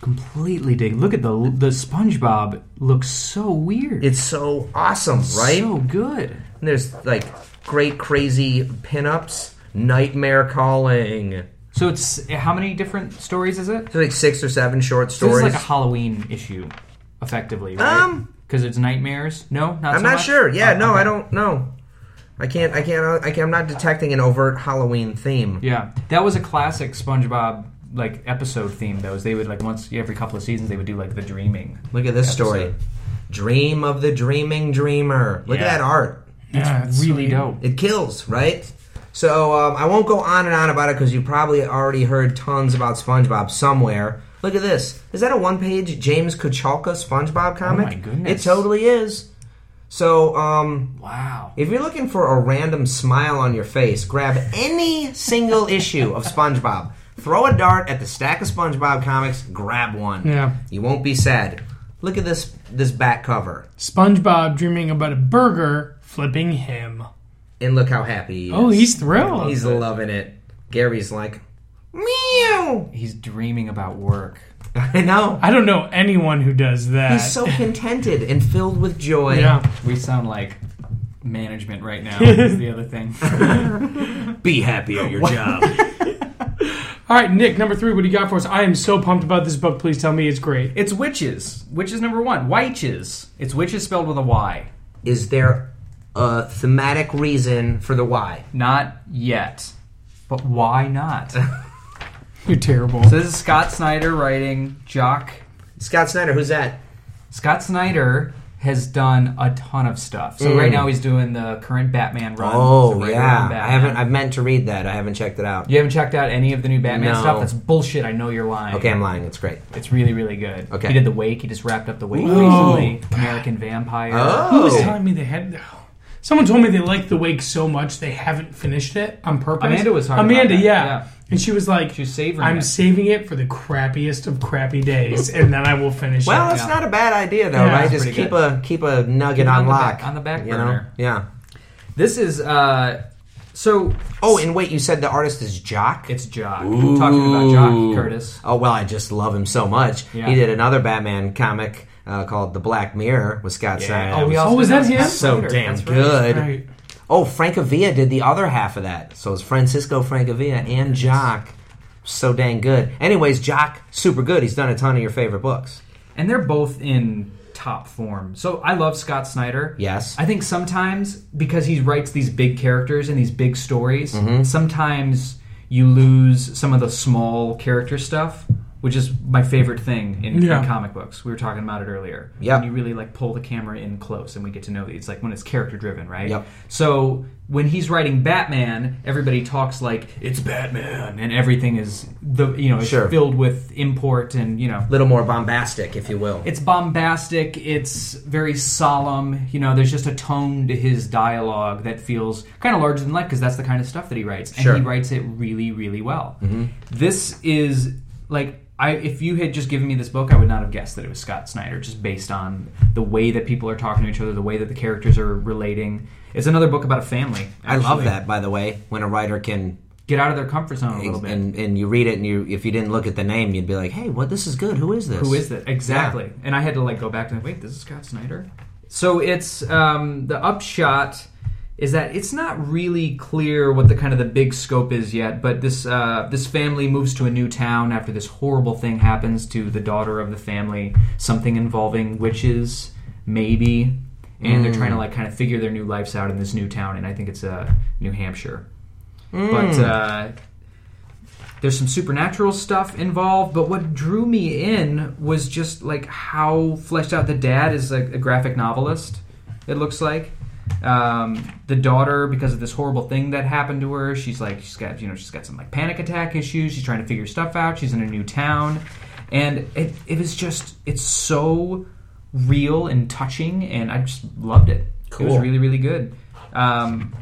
Speaker 3: Completely dig. Look at the the SpongeBob looks so weird.
Speaker 4: It's so awesome, right?
Speaker 3: so good.
Speaker 4: And there's like great crazy pinups, nightmare calling.
Speaker 3: So it's how many different stories is it?
Speaker 4: There's like six or seven short
Speaker 3: So this
Speaker 4: stories.
Speaker 3: is like a Halloween issue, effectively, right?
Speaker 4: Um,
Speaker 3: because it's nightmares. No, not
Speaker 4: I'm
Speaker 3: so
Speaker 4: not
Speaker 3: much?
Speaker 4: sure. Yeah,
Speaker 3: Oh,
Speaker 4: no,
Speaker 3: okay.
Speaker 4: I don't know. I can't. I can't. I can't. I'm not detecting an overt Halloween theme.
Speaker 3: Yeah, that was a classic SpongeBob like episode theme. Though, is they would like once every couple of seasons they would do like the dreaming.
Speaker 4: Look at this story.
Speaker 3: Episode.
Speaker 4: Dream of the dreaming dreamer. Look
Speaker 3: Yeah.
Speaker 4: at that art.
Speaker 2: Yeah, it's
Speaker 3: Really
Speaker 2: sweet.
Speaker 3: dope.
Speaker 4: It kills, right? So um, I won't go on and on about it because you probably already heard tons about SpongeBob somewhere. Look at this. Is that a one-page James Kachalka
Speaker 2: Oh
Speaker 4: SpongeBob comic?
Speaker 3: my goodness.
Speaker 4: It totally is. So um,
Speaker 3: Wow.
Speaker 4: If you're looking for a random smile on your face, grab any single issue of SpongeBob. Throw a dart at the stack of SpongeBob comics, grab one.
Speaker 2: Yeah.
Speaker 4: You won't be sad. Look at this this back cover
Speaker 2: SpongeBob dreaming about a burger flipping him.
Speaker 4: and look how happy he is.
Speaker 2: Oh, he's thrilled.
Speaker 4: He's loving it. Gary's like, meow.
Speaker 3: He's dreaming about work.
Speaker 4: I know.
Speaker 2: I don't know anyone who does that.
Speaker 4: He's so contented and filled with joy.
Speaker 2: yeah.
Speaker 3: We sound like management right now. is the other thing.
Speaker 4: Be happy at your job.
Speaker 2: All right, Nick, number three, what do you got for us? I am so pumped about this book. Please tell me it's great.
Speaker 3: It's witches. Witches number one. Witches. It's witches spelled with a Y.
Speaker 4: Is there a thematic reason for the why?
Speaker 3: Not yet. But why not? so
Speaker 2: You're terrible.
Speaker 3: this is Scott Snyder writing Jock
Speaker 4: Scott Snyder, who's that?
Speaker 3: Scott Snyder has done a ton of stuff. So right now he's doing the current Batman run. the
Speaker 4: Mm. Oh
Speaker 3: regular
Speaker 4: yeah,
Speaker 3: Batman.
Speaker 4: I haven't. I've meant to read that. I haven't checked it out.
Speaker 3: you haven't checked out any of the new Batman
Speaker 4: No.
Speaker 3: stuff? That's bullshit. I know you're lying.
Speaker 4: Okay, I'm lying. It's great.
Speaker 3: It's really, really good.
Speaker 4: Okay.
Speaker 3: He did The Wake. He just wrapped up The Wake
Speaker 2: Whoa.
Speaker 3: recently. American Vampire.
Speaker 2: Who was
Speaker 4: Oh,
Speaker 2: telling me they had. Someone told me they liked The Wake so much they haven't finished it on purpose.
Speaker 3: Amanda was talking about
Speaker 2: Amanda,
Speaker 3: that,
Speaker 2: yeah.
Speaker 3: yeah.
Speaker 2: And she was like,
Speaker 3: She's savoring
Speaker 2: I'm
Speaker 3: it.
Speaker 2: saving it for the crappiest of crappy days, and then I will finish
Speaker 4: well,
Speaker 2: it.
Speaker 4: it's not a bad idea though,
Speaker 2: Yeah,
Speaker 4: right?
Speaker 2: it's
Speaker 4: Just
Speaker 3: pretty
Speaker 4: keep
Speaker 3: good.
Speaker 4: a keep a
Speaker 3: it
Speaker 4: nugget
Speaker 3: on
Speaker 4: on
Speaker 3: the
Speaker 4: lock
Speaker 3: back- on the back
Speaker 4: you know?
Speaker 3: burner.
Speaker 4: Yeah.
Speaker 3: This is uh so
Speaker 4: Oh, and wait, you said the artist is Jock.
Speaker 3: it's Jock. We're talking about
Speaker 4: Ooh.
Speaker 3: Jock Curtis.
Speaker 4: Oh well, I just love him so much.
Speaker 3: Yeah.
Speaker 4: He did another Batman comic uh, called The Black Mirror with Scott Snyder.
Speaker 3: we
Speaker 2: Oh, was that
Speaker 3: did
Speaker 2: him?
Speaker 4: so
Speaker 3: Snyder.
Speaker 4: damn
Speaker 3: That's right.
Speaker 4: good.
Speaker 2: Right.
Speaker 4: Oh, Francavilla did the other half of that. So it's Francisco Francavilla and Jock. So dang good. Anyways, Jock, super good. He's done a ton of your favorite books.
Speaker 3: And they're both in top form. So I love Scott Snyder.
Speaker 4: Yes.
Speaker 3: I think sometimes because he writes these big characters and these big stories,
Speaker 4: Mm-hmm.
Speaker 3: sometimes you lose some of the small character stuff, which is my favorite thing in, in
Speaker 2: Yeah.
Speaker 3: comic books. We were talking about it earlier.
Speaker 4: Yep.
Speaker 3: When you really like pull the camera in close and we get to know these. It's like when it's character driven, right?
Speaker 4: Yep.
Speaker 3: So when he's writing Batman, everybody talks like it's Batman and everything is the you know, it's
Speaker 4: Sure.
Speaker 3: filled with import and you know
Speaker 4: little more bombastic, if you will.
Speaker 3: it's bombastic it's very solemn you know there's just a tone to his dialogue that feels kind of larger than life because that's the kind of stuff that he writes and
Speaker 4: Sure. Mm-hmm.
Speaker 3: he writes it really really well this is like I, if you had just given me this book, I would not have guessed that it was Scott Snyder, just based on the way that people are talking to each other, the way that the characters are relating. It's another book about a family.
Speaker 4: I love
Speaker 3: actually.
Speaker 4: that, by the way, when a writer can
Speaker 3: Get out of their comfort zone a little bit.
Speaker 4: and and you read it and you if you didn't look at the name, you'd be like, hey, what? This is good. Who is this?
Speaker 3: Who is that? Exactly. And I had to like go back and wait, this is Scott Snyder. So it's um, the upshot is that it's not really clear what the kind of the big scope is yet. But this uh, this family moves to a new town after this horrible thing happens to the daughter of the family, something involving witches, maybe. And they're trying to like kind of figure their new lives out in this new town, and I think it's uh, New Hampshire. But uh, there's some supernatural stuff involved, but what drew me in was just like how fleshed out the dad is like a graphic novelist. It looks like um, the daughter, because of this horrible thing that happened to her, she's like she's got you know she's got some like panic attack issues. She's trying to figure stuff out. She's in a new town, and it it was just it's so real and touching, and I just loved it. It
Speaker 4: Cool.
Speaker 3: was really really good. Um,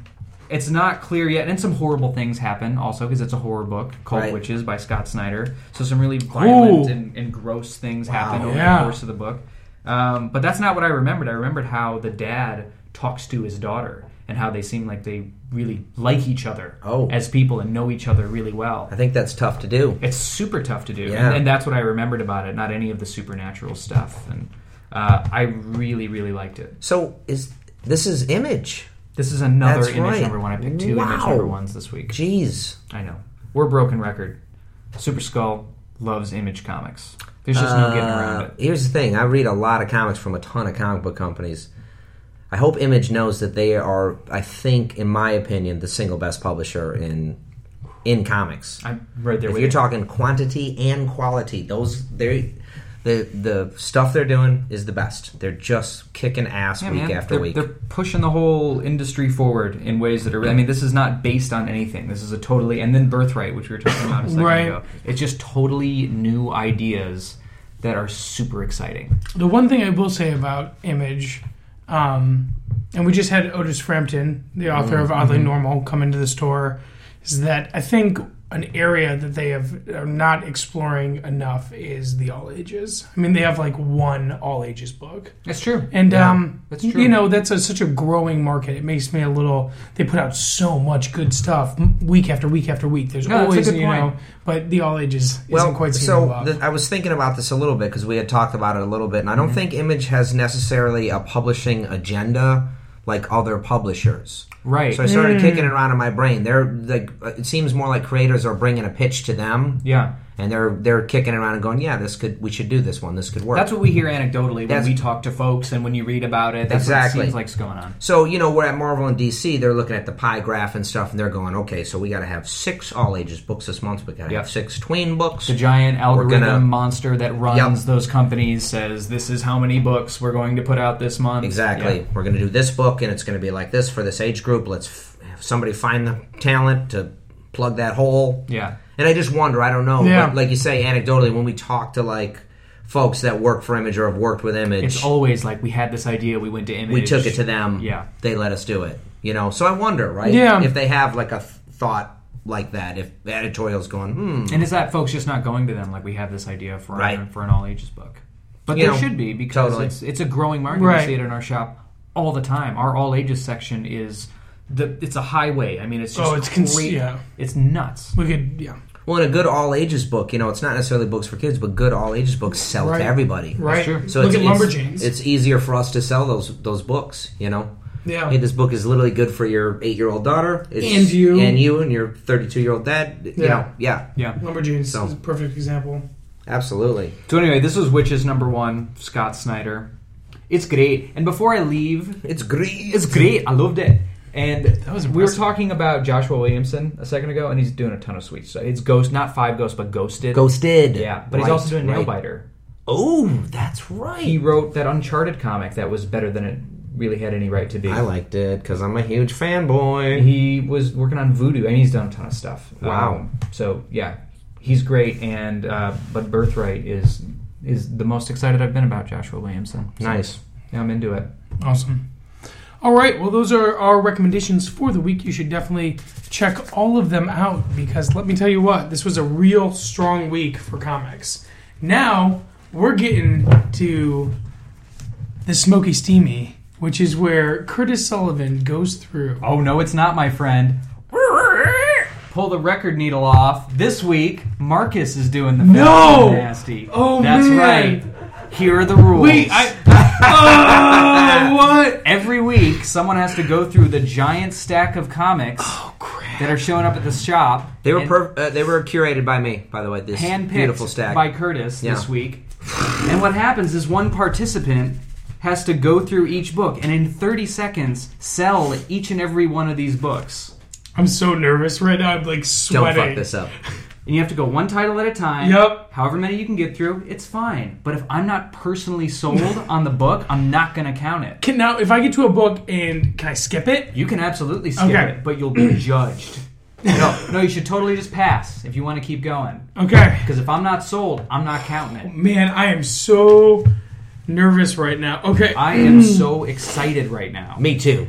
Speaker 3: it's not clear yet, and some horrible things happen also because it's a horror book called
Speaker 4: Right.
Speaker 3: Witches by Scott Snyder. So some really violent
Speaker 2: Ooh.
Speaker 3: and, and gross things happen over
Speaker 2: Yeah.
Speaker 3: the course of the book. Um, but that's not what I remembered. I remembered how the dad talks to his daughter and how they seem like they really like each other
Speaker 4: Oh.
Speaker 3: as people and know each other really well.
Speaker 4: I think that's tough to do.
Speaker 3: It's super tough to do,
Speaker 4: Yeah.
Speaker 3: and, and that's what I remembered about it. Not any of the supernatural stuff, and uh, I really, really liked it.
Speaker 4: So is this is image?
Speaker 3: This is another
Speaker 4: That's
Speaker 3: image
Speaker 4: right.
Speaker 3: number one. I picked two image
Speaker 4: Wow.
Speaker 3: number ones this week.
Speaker 4: Jeez.
Speaker 3: I know. We're a broken record. Super Skull loves image comics. There's just no getting around
Speaker 4: Uh,
Speaker 3: it.
Speaker 4: here's the thing: I read a lot of comics from a ton of comic book companies. I hope Image knows that they are, I think, in my opinion, the single best publisher in in comics.
Speaker 3: I'm right there
Speaker 4: If
Speaker 3: with
Speaker 4: you're
Speaker 3: you.
Speaker 4: talking quantity and quality, those they the the stuff they're doing is the best. They're just kicking ass
Speaker 3: Yeah,
Speaker 4: week
Speaker 3: man.
Speaker 4: after
Speaker 3: they're,
Speaker 4: week.
Speaker 3: they're pushing the whole industry forward in ways that are. I mean, this is not based on anything. This is a totally and then Birthright, which we were talking about a second
Speaker 2: Right.
Speaker 3: ago. It's just totally new ideas that are super exciting.
Speaker 2: The one thing I will say about Image, um, and we just had Otis Frampton, the author of Oddly
Speaker 4: Mm-hmm.
Speaker 2: Normal, come into the store, is that I think an area that they have are not exploring enough is the all ages. I mean, they have like one all ages book.
Speaker 3: That's true.
Speaker 2: And um,
Speaker 3: that's true.
Speaker 2: you know that's a, such a growing market. It makes me a little. They put out so much good stuff m- week after week after week. There's
Speaker 3: No, that's a
Speaker 2: always
Speaker 3: good
Speaker 2: you
Speaker 3: point.
Speaker 2: know, but the all ages
Speaker 4: well,
Speaker 2: isn't quite seen
Speaker 4: so
Speaker 2: well.
Speaker 4: th- I was thinking about this a little bit because we had talked about it a little bit, and I
Speaker 3: Mm-hmm.
Speaker 4: don't think Image has necessarily a publishing agenda like other publishers.
Speaker 3: Right. Mm.
Speaker 4: So I started kicking it around in my brain. They're like, uh, it seems more like creators are bringing a pitch to them,
Speaker 3: yeah.
Speaker 4: and they're they're kicking it around and going, yeah, this could we should do this one, this could work.
Speaker 3: That's what we hear anecdotally when
Speaker 4: That's-
Speaker 3: we talk to folks and when you read about it. That's
Speaker 4: Exactly.
Speaker 3: what it seems like's going on.
Speaker 4: so you know, we're at Marvel and DC. They're looking at the pie graph and stuff, and they're going, okay, so we got to have six all ages books this month. We got to
Speaker 3: Yep.
Speaker 4: have six tween books.
Speaker 3: the giant algorithm
Speaker 4: gonna-
Speaker 3: monster that runs
Speaker 4: Yep.
Speaker 3: those companies says this is how many books we're going to put out this month.
Speaker 4: Exactly.
Speaker 3: Yeah.
Speaker 4: We're going to do this book, and it's going to be like this for this age group. Let's f- have somebody find the talent to plug that hole.
Speaker 3: Yeah.
Speaker 4: And I just wonder, I don't know,
Speaker 2: Yeah.
Speaker 4: but like you say, anecdotally, when we talk to like folks that work for Image or have worked with Image,
Speaker 3: It's always like we had this idea, we went to image.
Speaker 4: we took it to them.
Speaker 3: Yeah.
Speaker 4: They let us do it. You know, so I wonder, right?
Speaker 2: Yeah.
Speaker 4: If they have like a th- thought like that, if the editorial's going, hmm,
Speaker 3: And is that folks just not going to them like we have this idea for
Speaker 4: Right.
Speaker 3: an, for an all ages book? But
Speaker 4: You
Speaker 3: there
Speaker 4: know,
Speaker 3: should be because
Speaker 4: totally.
Speaker 3: it's it's a growing market.
Speaker 2: Right.
Speaker 3: We see it in our shop all the time. Our all ages section is the it's a highway. I mean, it's just
Speaker 2: Oh, it's cons-
Speaker 3: cra-
Speaker 2: yeah.
Speaker 3: it's nuts.
Speaker 2: we could yeah.
Speaker 4: well, in a good all ages book, you know, it's not necessarily books for kids, but good all ages books sell
Speaker 2: Right.
Speaker 4: to everybody.
Speaker 2: Right.
Speaker 3: true.
Speaker 4: So
Speaker 2: Look
Speaker 4: it's,
Speaker 2: at Lumberjanes.
Speaker 4: It's, it's easier for us to sell those those books, you know.
Speaker 2: yeah.
Speaker 4: Hey, this book is literally good for your eight year old daughter. It's,
Speaker 2: And you.
Speaker 4: And you and your 32 year old dad. You
Speaker 2: Yeah.
Speaker 4: know, yeah,
Speaker 3: Yeah.
Speaker 2: Lumberjanes
Speaker 4: So.
Speaker 2: is a perfect example.
Speaker 4: absolutely.
Speaker 3: So anyway, this was Witches number one, Scott Snyder. It's great. And before I leave,
Speaker 4: It's great.
Speaker 3: It's great. I loved it. And
Speaker 2: was
Speaker 3: we were
Speaker 2: impressive.
Speaker 3: talking about Joshua Williamson a second ago, and he's doing a ton of sweet stuff. It's Ghost, not Five Ghosts, but Ghosted.
Speaker 4: Ghosted.
Speaker 3: Yeah, but he's
Speaker 4: Right,
Speaker 3: also doing
Speaker 4: right.
Speaker 3: Nailbiter.
Speaker 4: Oh, that's
Speaker 3: He
Speaker 4: right.
Speaker 3: wrote that Uncharted comic that was better than it really had any right to be.
Speaker 4: I liked it because I'm a huge fanboy.
Speaker 3: He was working on Voodoo, and he's done a ton of stuff. Um,
Speaker 4: Wow.
Speaker 3: so yeah, he's great. And uh, but Birthright is is the most excited I've been about Joshua Williamson. So,
Speaker 4: Nice.
Speaker 3: Yeah, I'm into it.
Speaker 2: Awesome. All right. Well, those are our recommendations for the week. You should definitely check all of them out because let me tell you what, this was a real strong week for comics. Now we're getting to the smoky steamy, which is where Curtis Sullivan goes through.
Speaker 1: Oh no, it's not, my friend. Pull the record needle off. This week, Marcus is doing the
Speaker 2: No!
Speaker 1: fast and nasty.
Speaker 2: Oh,
Speaker 1: that's
Speaker 2: man.
Speaker 1: right. Here are the rules.
Speaker 2: Wait, I, oh, what?
Speaker 3: Every week, someone has to go through the giant stack of comics
Speaker 2: Oh,
Speaker 3: that are showing up at the shop.
Speaker 4: They were
Speaker 3: and
Speaker 4: per- uh, they were curated by me, by the way. This
Speaker 3: handpicked
Speaker 4: beautiful stack.
Speaker 3: by Curtis this
Speaker 4: Yeah.
Speaker 3: week. And what happens is one participant has to go through each book and in 30 seconds sell each and every one of these books.
Speaker 2: I'm so nervous right now. I'm like
Speaker 4: Don't
Speaker 2: sweating.
Speaker 4: fuck this up.
Speaker 3: And you have to go one title at a time.
Speaker 2: Yep.
Speaker 3: However many you can get through, it's fine. But if I'm not personally sold on the book, I'm not going to count it.
Speaker 2: Can, now, if I get to a book and can I skip it?
Speaker 3: You can absolutely skip
Speaker 2: Okay.
Speaker 3: it, but you'll be judged. No, no, you should totally just pass if you want to keep going.
Speaker 2: Okay.
Speaker 3: Because if I'm not sold, I'm not counting it.
Speaker 2: Man, I am so nervous right now. Okay.
Speaker 3: I am so excited right now.
Speaker 4: me too.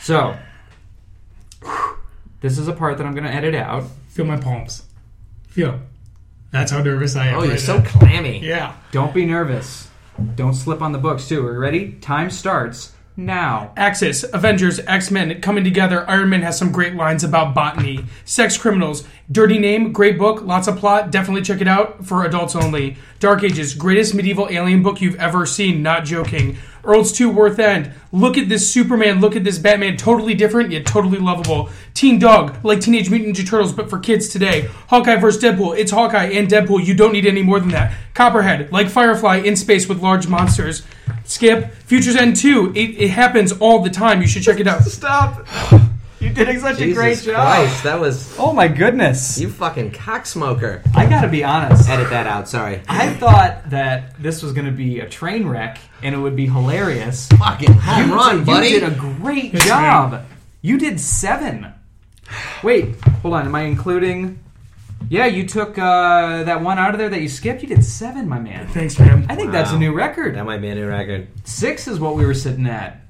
Speaker 3: So, this is a part that I'm going to edit out.
Speaker 2: Feel my palms. Feel. That's how nervous I am.
Speaker 4: Oh,
Speaker 2: right
Speaker 4: you're so
Speaker 2: now.
Speaker 4: clammy.
Speaker 2: Yeah.
Speaker 3: Don't be nervous. Don't slip on the books, too. Are you ready? Time starts now.
Speaker 2: Axis, Avengers, X Men coming together. Iron Man has some great lines about botany, sex criminals, dirty name, great book, lots of plot. Definitely check it out for adults only. Dark Ages, greatest medieval alien book you've ever seen. Not joking. Earls 2 Worth End. Look at this Superman. Look at this Batman. Totally different yet totally lovable. Teen Dog, like Teenage Mutant Ninja Turtles, but for kids today. Hawkeye vs. Deadpool. It's Hawkeye and Deadpool. You don't need any more than that. Copperhead, like Firefly in space with large monsters. Skip. Futures End 2. It, it happens all the time. You should check it out.
Speaker 3: Stop. You did such a
Speaker 4: Jesus
Speaker 3: great job.
Speaker 4: Christ, that was
Speaker 3: Oh my goodness.
Speaker 4: you fucking cocksmoker.
Speaker 3: I got to be honest.
Speaker 4: Edit that out. Sorry.
Speaker 3: I thought that this was going to be a train wreck and it would be hilarious.
Speaker 4: Fucking home run,
Speaker 3: you
Speaker 4: buddy.
Speaker 3: did a great job. You did seven. Wait, hold on. Am I including? Yeah, you took uh, that one out of there that you skipped. You did seven, my man.
Speaker 2: Thanks, man.
Speaker 3: I think that's a
Speaker 4: Wow.
Speaker 3: new record.
Speaker 4: that might be a new record.
Speaker 3: Six is what we were sitting at.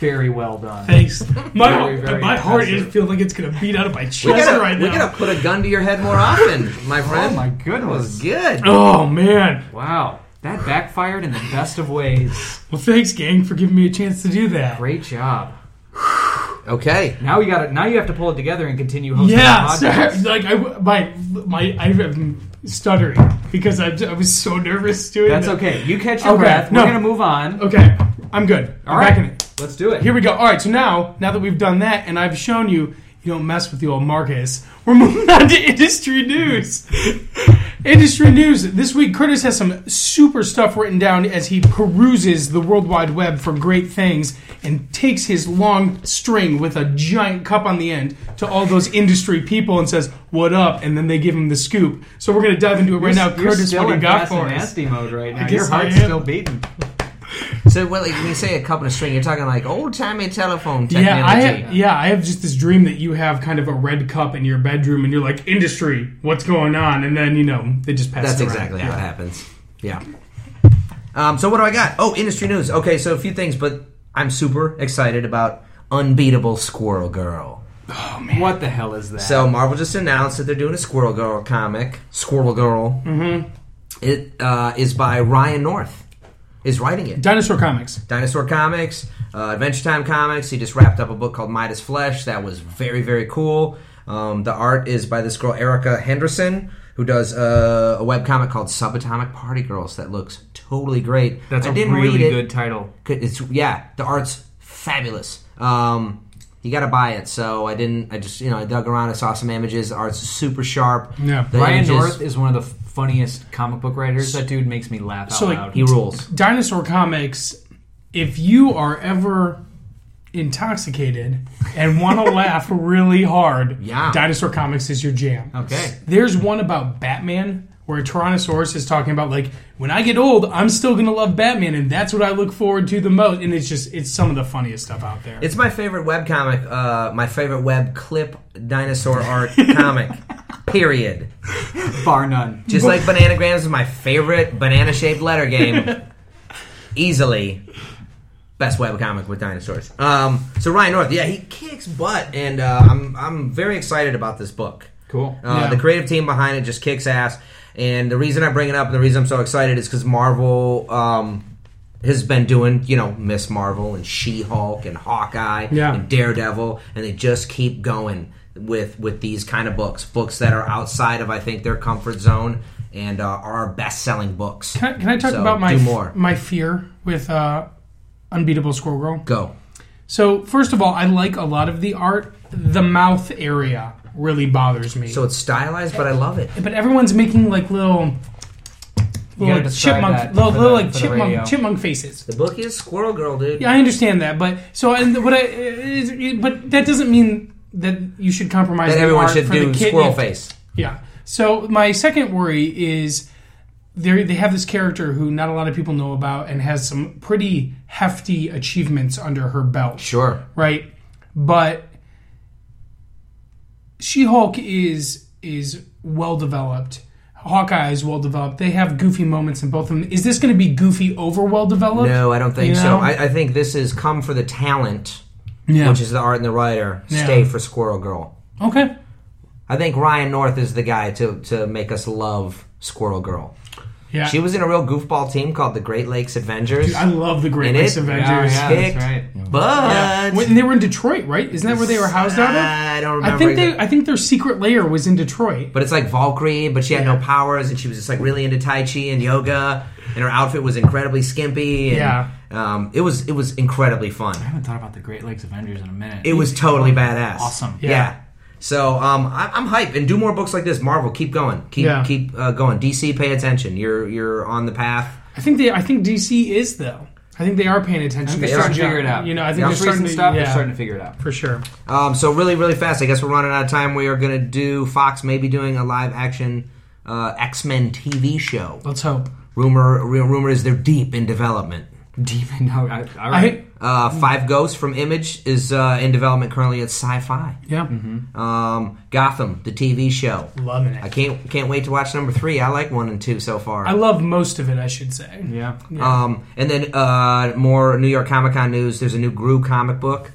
Speaker 3: Very well done.
Speaker 2: Thanks. My,
Speaker 3: Very, very
Speaker 2: my heart is
Speaker 3: impressive.
Speaker 2: feeling like it's going to beat out of my chest
Speaker 4: We gotta,
Speaker 2: right
Speaker 4: we
Speaker 2: now.
Speaker 4: gotta put a gun to your head more often, my
Speaker 3: Oh
Speaker 4: friend.
Speaker 3: my
Speaker 4: that was
Speaker 3: goodness!
Speaker 4: good.
Speaker 2: Oh, man.
Speaker 3: Wow, that backfired in the best of ways.
Speaker 2: Well, thanks, gang, for giving me a chance to do that.
Speaker 3: Great job.
Speaker 4: Okay.
Speaker 3: Now you got it. Now you have to pull it together and continue hosting
Speaker 2: Yeah,
Speaker 3: the podcast.
Speaker 2: sorry. like I, my, my, I'm stuttering because I, I was so nervous doing
Speaker 3: That's
Speaker 2: that.
Speaker 3: okay. You catch your
Speaker 2: Okay,
Speaker 3: breath.
Speaker 2: no.
Speaker 3: We're gonna move on.
Speaker 2: Okay, I'm good.
Speaker 3: All
Speaker 2: I'm
Speaker 3: right.
Speaker 2: back in it.
Speaker 3: Let's do it.
Speaker 2: Here we go. All right, so now, now that we've done that, and I've shown you, you don't mess with the old Marcus. We're moving on to industry news. industry news this week. Curtis has some super stuff written down as he peruses the World Wide Web for great things and takes his long string with a giant cup on the end to all those industry people and says, "What up?" And then they give him the scoop. So we're gonna dive into it right now.
Speaker 3: You're
Speaker 2: Curtis,
Speaker 3: still
Speaker 2: what do you
Speaker 3: in
Speaker 2: got
Speaker 3: fast
Speaker 2: for
Speaker 3: and
Speaker 2: us?
Speaker 3: nasty mode right now.
Speaker 2: guess
Speaker 3: Your heart's
Speaker 2: I am. Oh,
Speaker 3: still beating.
Speaker 4: So, well, like, when you say a cup and a string, you're talking like old timey telephone technology.
Speaker 2: Yeah, I have, yeah, I have just this dream that you have kind of a red cup in your bedroom, and you're like, "Industry, what's going on?" And then you know they just pass.
Speaker 4: That's
Speaker 2: it around.
Speaker 4: exactly how
Speaker 2: Yeah.
Speaker 4: it happens. Yeah. Um, so what do I got? Oh, industry news. Okay, so a few things, but I'm super excited about Unbeatable Squirrel Girl.
Speaker 3: What the hell is that?
Speaker 4: So Marvel just announced that they're doing a Squirrel Girl comic. Squirrel Girl. Mm-hmm. It uh, is by Ryan North. Is writing it.
Speaker 2: Dinosaur comics.
Speaker 4: Dinosaur Comics, uh, Adventure Time Comics. He just wrapped up a book called Midas Flesh. That was very, very cool. Um, the art is by this girl, Erica Henderson, who does uh, a webcomic called Subatomic Party Girls that looks totally great.
Speaker 3: That's
Speaker 4: I
Speaker 3: a
Speaker 4: didn't
Speaker 3: really
Speaker 4: read it.
Speaker 3: good title.
Speaker 4: Good- It's, yeah, the art's fabulous. Um, you got to buy it. So I didn't, I just, you know, I dug around, I saw some images. The art's super sharp.
Speaker 2: Yeah.
Speaker 4: The
Speaker 3: Ryan
Speaker 4: images-
Speaker 3: North is one of the funniest comic book writers. That dude makes me laugh
Speaker 2: So,
Speaker 3: out
Speaker 2: like,
Speaker 3: loud.
Speaker 4: He rules.
Speaker 2: Dinosaur comics. If you are ever intoxicated and want to laugh really hard,
Speaker 4: Yeah.
Speaker 2: Dinosaur comics is your jam.
Speaker 3: okay.
Speaker 2: There's one about Batman where a Tyrannosaurus is talking about like when I get old, I'm still gonna love Batman, and that's what I look forward to the most. And it's just it's some of the funniest stuff out there.
Speaker 4: It's my favorite webcomic, uh, my favorite web clip dinosaur art comic. Period.
Speaker 3: Bar none.
Speaker 2: Hmm.
Speaker 4: Just like Bananagrams is my favorite banana shaped letter game. Easily. Best webcomic with dinosaurs. Um, so Ryan North, yeah, he kicks butt, and uh, I'm I'm very excited about this book.
Speaker 3: Cool.
Speaker 4: Uh,
Speaker 2: Yeah.
Speaker 4: The creative team behind it just kicks ass. And the reason I bring it up and the reason I'm so excited is because Marvel um, has been doing, you know, Miss Marvel and She Hulk and Hawkeye
Speaker 2: Yeah.
Speaker 4: and Daredevil, and they just keep going with with these kind of books, books that are outside of I think their comfort zone and uh, are our best-selling books.
Speaker 2: Can I, can I talk
Speaker 4: So,
Speaker 2: about my
Speaker 4: do
Speaker 2: f-
Speaker 4: more?
Speaker 2: my fear with uh, Unbeatable Squirrel Girl?
Speaker 4: Go.
Speaker 2: So first of all, I like a lot of the art. The mouth area really bothers me.
Speaker 4: So it's stylized, but I love it.
Speaker 2: but everyone's making like little,
Speaker 3: gotta
Speaker 2: little like
Speaker 3: describe
Speaker 2: chipmunk,
Speaker 3: that
Speaker 2: little,
Speaker 3: for
Speaker 2: little
Speaker 3: the-
Speaker 2: like
Speaker 3: for the radio.
Speaker 2: chipmunk, chipmunk faces.
Speaker 4: The book is Squirrel Girl, dude.
Speaker 2: Yeah, I understand that, but so and what I, is- but that doesn't mean that you should compromise.
Speaker 4: that
Speaker 2: the
Speaker 4: everyone
Speaker 2: art
Speaker 4: should
Speaker 2: for the
Speaker 4: do
Speaker 2: kid.
Speaker 4: Squirrel
Speaker 2: Yeah.
Speaker 4: Face.
Speaker 2: Yeah. So my second worry is they they have this character who not a lot of people know about and has some pretty hefty achievements under her belt,
Speaker 4: Sure.
Speaker 2: right? But She-Hulk is is well developed. Hawkeye is well developed. They have goofy moments in both of them. Is this going to be goofy over well developed?
Speaker 4: No, I don't think
Speaker 2: You
Speaker 4: so.
Speaker 2: know?
Speaker 4: I, I think this is come for the talent,
Speaker 2: Yeah.
Speaker 4: which is the art and the writer.
Speaker 2: Yeah.
Speaker 4: Stay for Squirrel Girl.
Speaker 2: okay.
Speaker 4: I think Ryan North is the guy to to make us love Squirrel Girl.
Speaker 2: Yeah.
Speaker 4: She was in a real goofball team called the Great Lakes Avengers.
Speaker 2: I love the Great
Speaker 4: And
Speaker 2: Lakes
Speaker 4: it-
Speaker 2: Avengers.
Speaker 3: Yeah,
Speaker 4: Kicked
Speaker 3: that's right.
Speaker 4: butt.
Speaker 2: When they were in Detroit, right? Isn't that where they were housed out of?
Speaker 4: I don't remember.
Speaker 2: I think they,
Speaker 4: either.
Speaker 2: I think their secret lair was in Detroit.
Speaker 4: But it's like Valkyrie, but she had no
Speaker 2: Yeah.
Speaker 4: powers, and she was just like really into Tai Chi and yoga, and her outfit was incredibly skimpy. And,
Speaker 2: Yeah.
Speaker 4: um, it was it was incredibly
Speaker 3: I
Speaker 4: fun.
Speaker 3: haven't thought about the Great Lakes Avengers in a minute.
Speaker 4: It was totally badass.
Speaker 3: Awesome.
Speaker 4: Yeah. So um, I, I'm hyped, and do more books like this. Marvel, keep going, keep
Speaker 2: Yeah.
Speaker 4: keep uh, going. DC, pay attention. You're you're on the path.
Speaker 2: I think they, I think DC is though. I think they are paying attention.
Speaker 3: They're
Speaker 2: to
Speaker 3: starting to
Speaker 2: stuff.
Speaker 3: figure it out.
Speaker 2: You know, I think
Speaker 3: The most
Speaker 2: they're
Speaker 3: recent
Speaker 2: starting to,
Speaker 3: stuff.
Speaker 2: yeah,
Speaker 3: They're starting to figure it out.
Speaker 2: for sure.
Speaker 4: Um, so really, really fast. I guess we're running out of time. We are going to do Fox maybe doing a live action uh, X Men TV show.
Speaker 2: Let's hope.
Speaker 4: Rumor real rumor is they're deep in development.
Speaker 3: Demon. No, I, all
Speaker 2: I
Speaker 3: right.
Speaker 4: Uh, Five Ghosts from Image is uh, in development currently at Sci-Fi.
Speaker 2: yeah,
Speaker 4: Um, Gotham, the TV show.
Speaker 2: loving
Speaker 4: I
Speaker 2: it.
Speaker 4: can't can't wait to watch number three. I like one and two so far.
Speaker 2: I love most of it. I should say.
Speaker 3: yeah.
Speaker 4: Um, and then uh, more New York Comic Con news. There's a new Gru comic book.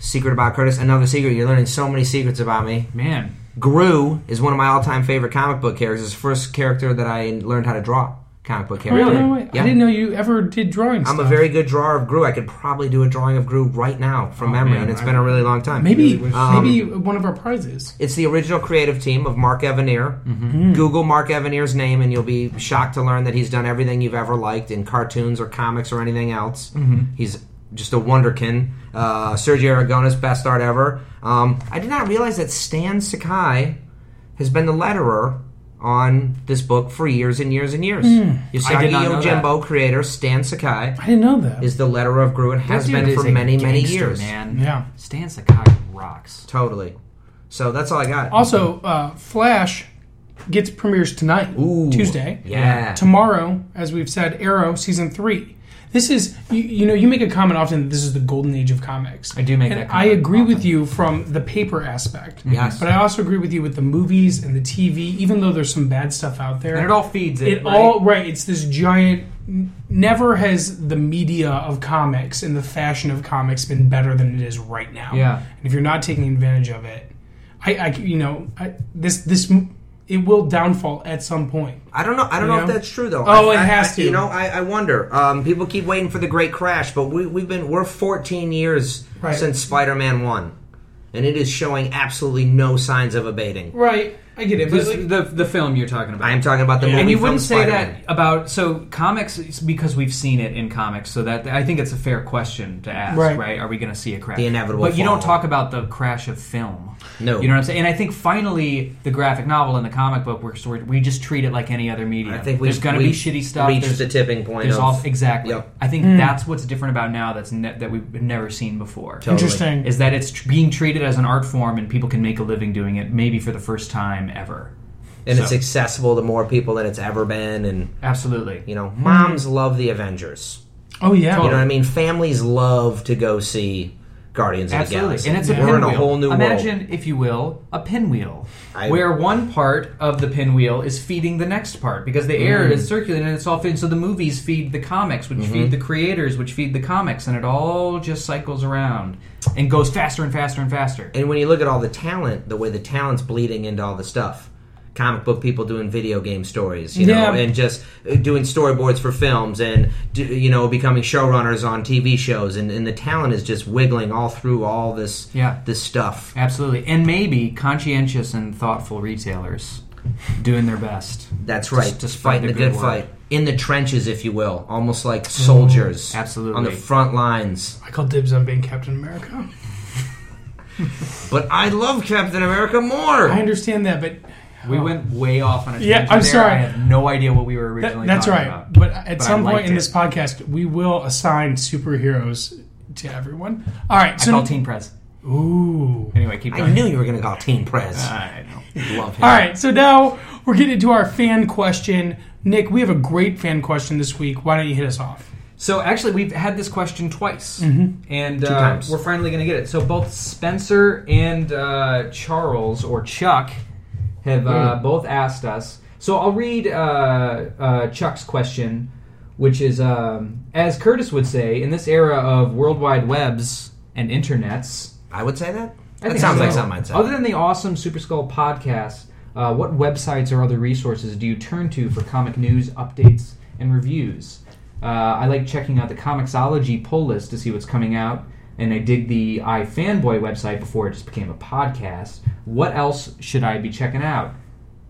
Speaker 4: Secret about Curtis. Another secret. You're learning so many secrets about me.
Speaker 3: Man.
Speaker 4: Gru is one of my all-time favorite comic book characters. It's the first character that I learned how to draw. Comic book character.
Speaker 2: Really? Oh, No, wait.
Speaker 4: Yeah.
Speaker 2: I didn't know you ever did drawing.
Speaker 4: I'm a
Speaker 2: stuff.
Speaker 4: very good drawer of Gru. I could probably do a drawing of Gru right now from memory,
Speaker 3: man,
Speaker 4: and it's
Speaker 3: I-
Speaker 4: been a really long time.
Speaker 2: Oh, maybe
Speaker 4: Um,
Speaker 2: maybe one of our prizes.
Speaker 4: It's the original creative team of Mark Evanier.
Speaker 3: Mm-hmm.
Speaker 2: Hmm.
Speaker 4: Google Mark Evanier's name, and you'll be shocked to learn that he's done everything you've ever liked in cartoons or comics or anything else.
Speaker 3: Mm-hmm.
Speaker 4: He's just a wonderkin. Uh, Sergio Aragonis, best art ever. Um, I did not realize that Stan Sakai has been the letterer on this book for years and years and years.
Speaker 2: Hmm.
Speaker 4: Usagi
Speaker 3: did not know that.
Speaker 4: Yojimbo creator Stan Sakai
Speaker 2: I didn't know that.
Speaker 4: is the letterer of Gru and has
Speaker 3: That dude
Speaker 4: been
Speaker 3: is
Speaker 4: for
Speaker 3: a
Speaker 4: many, many
Speaker 3: gangster,
Speaker 4: years.
Speaker 3: Man.
Speaker 2: yeah.
Speaker 3: Stan Sakai rocks.
Speaker 4: Totally. So that's all I got.
Speaker 2: Also, uh, Flash gets premieres tonight,
Speaker 4: Ooh,
Speaker 2: Tuesday.
Speaker 4: yeah.
Speaker 2: Tomorrow, as we've said, Arrow season three. This is you, you know you make a comment often that this is the golden age of comics.
Speaker 3: I do make
Speaker 2: and
Speaker 3: that
Speaker 2: I
Speaker 3: comment
Speaker 2: agree with
Speaker 3: often.
Speaker 2: you from the paper aspect.
Speaker 4: Yes.
Speaker 3: Mm-hmm.
Speaker 2: But I also agree with you with the movies and the TV. Even though there's some bad stuff out there,
Speaker 3: And it all feeds it.
Speaker 2: it
Speaker 3: right?
Speaker 2: all right. It's this giant. n- Never has the media of comics and the fashion of comics been better than it is right now.
Speaker 3: Yeah.
Speaker 2: And if you're not taking advantage of it, I, I you know, I, this this m- it will downfall at some point.
Speaker 4: I don't know. I don't
Speaker 2: You
Speaker 4: know, if
Speaker 2: know?
Speaker 4: that's true though.
Speaker 2: Oh,
Speaker 4: I-
Speaker 2: it
Speaker 4: I-
Speaker 2: has
Speaker 4: I-
Speaker 2: to.
Speaker 4: You know, I, I wonder. Um, people keep waiting for the great crash, but we, we've been we're 14 years
Speaker 2: Right.
Speaker 4: since Spider-Man One, and it is showing absolutely no signs of abating.
Speaker 2: Right. I get it.
Speaker 3: This- the, the film you're talking about.
Speaker 4: I am talking about the
Speaker 3: Yeah.
Speaker 4: movie.
Speaker 3: and you
Speaker 4: film
Speaker 3: wouldn't say
Speaker 4: Spider-Man.
Speaker 3: that about so comics it's because we've seen it in comics so that i think it's a fair question to ask right,
Speaker 2: Right.
Speaker 3: are we going to see a crash
Speaker 4: The inevitable
Speaker 3: but you don't
Speaker 4: fall.
Speaker 3: talk about the crash of film
Speaker 4: No.
Speaker 3: you know what i'm saying and i think finally the graphic novel and the comic book works where we just treat it like any other medium
Speaker 4: I think we
Speaker 3: there's going to be shitty stuff
Speaker 4: Reached
Speaker 3: there's,
Speaker 4: the tipping point.
Speaker 3: there's
Speaker 4: of,
Speaker 3: all exactly
Speaker 4: Yep.
Speaker 3: i think that's what's different about now that's ne- that we've never seen before
Speaker 4: Totally.
Speaker 2: Interesting.
Speaker 3: is that it's tr- being treated as an art form and people can make a living doing it maybe for the first time ever
Speaker 4: and it's
Speaker 3: So-
Speaker 4: accessible to more people than it's ever been. And
Speaker 3: absolutely
Speaker 4: you know, moms love the Avengers.
Speaker 2: oh yeah.
Speaker 4: You know what I mean? Families love to go see Guardians
Speaker 3: Absolutely,
Speaker 4: of the Galaxy.
Speaker 3: and it's a
Speaker 4: we're in
Speaker 3: pinwheel.
Speaker 4: a whole new
Speaker 3: Imagine,
Speaker 4: world.
Speaker 3: if you will, a pinwheel
Speaker 4: I-
Speaker 3: where one part of the pinwheel is feeding the next part because the air
Speaker 4: Mm.
Speaker 3: is circulating and it's all feeding. So the movies feed the comics,
Speaker 4: Mm-hmm.
Speaker 3: which feed the creators, which feed the comics, and it all just cycles around and goes faster and faster and faster.
Speaker 4: And when you look at all the talent, the way the talent's bleeding into all the stuff. Comic book people doing video game stories, you know,
Speaker 2: Yeah.
Speaker 4: and just uh, doing storyboards for films and, do, you know, becoming showrunners on TV shows. And, and the talent is just wiggling all through all this
Speaker 3: Yeah.
Speaker 4: this stuff.
Speaker 3: Absolutely, and maybe conscientious and thoughtful retailers doing their best.
Speaker 4: That's
Speaker 3: To s-
Speaker 4: right.
Speaker 3: to spread
Speaker 4: fighting
Speaker 3: the
Speaker 4: the good,
Speaker 3: good word.
Speaker 4: fight in the trenches, if you will, almost like soldiers,
Speaker 3: absolutely.
Speaker 4: on the front lines.
Speaker 2: I call dibs on being Captain America.
Speaker 4: But I love Captain America more.
Speaker 2: I understand that, but
Speaker 3: We went way off on a
Speaker 2: Yeah,
Speaker 3: tangent
Speaker 2: I'm
Speaker 3: there.
Speaker 2: sorry.
Speaker 3: I have no idea what we were
Speaker 2: That-
Speaker 3: originally.
Speaker 2: that's
Speaker 3: talking
Speaker 2: right.
Speaker 3: about.
Speaker 2: But at
Speaker 3: But I
Speaker 2: some point
Speaker 3: liked
Speaker 2: in
Speaker 3: it.
Speaker 2: this podcast, we will assign superheroes to everyone. All right.
Speaker 3: I
Speaker 2: So
Speaker 3: call Teen Prez.
Speaker 2: ooh.
Speaker 3: Anyway, keep
Speaker 4: I
Speaker 3: going.
Speaker 4: knew you were going to call Teen Prez.
Speaker 3: I know.
Speaker 4: love him.
Speaker 2: Uh, All right. So now we're getting to our fan question. Nick, we have a great fan question this week. Why don't you hit us off?
Speaker 3: So actually, we've had this question twice, and uh,
Speaker 4: times.
Speaker 3: we're finally going to get it. So both Spencer and uh, Charles or Chuck have uh, both asked us. So I'll read uh, uh, Chuck's question, which is, um, as Curtis would say, in this era of worldwide webs and internets.
Speaker 4: I would say that.
Speaker 3: I
Speaker 4: That
Speaker 3: think
Speaker 4: sounds
Speaker 3: so.
Speaker 4: like something I'd say.
Speaker 3: Other than the awesome Super Skull podcast, uh, what websites or other resources do you turn to for comic news, updates, and reviews? Uh, I like checking out the Comixology poll list to see what's coming out, and I dig the iFanboy website before it just became a podcast. What else should I be checking out?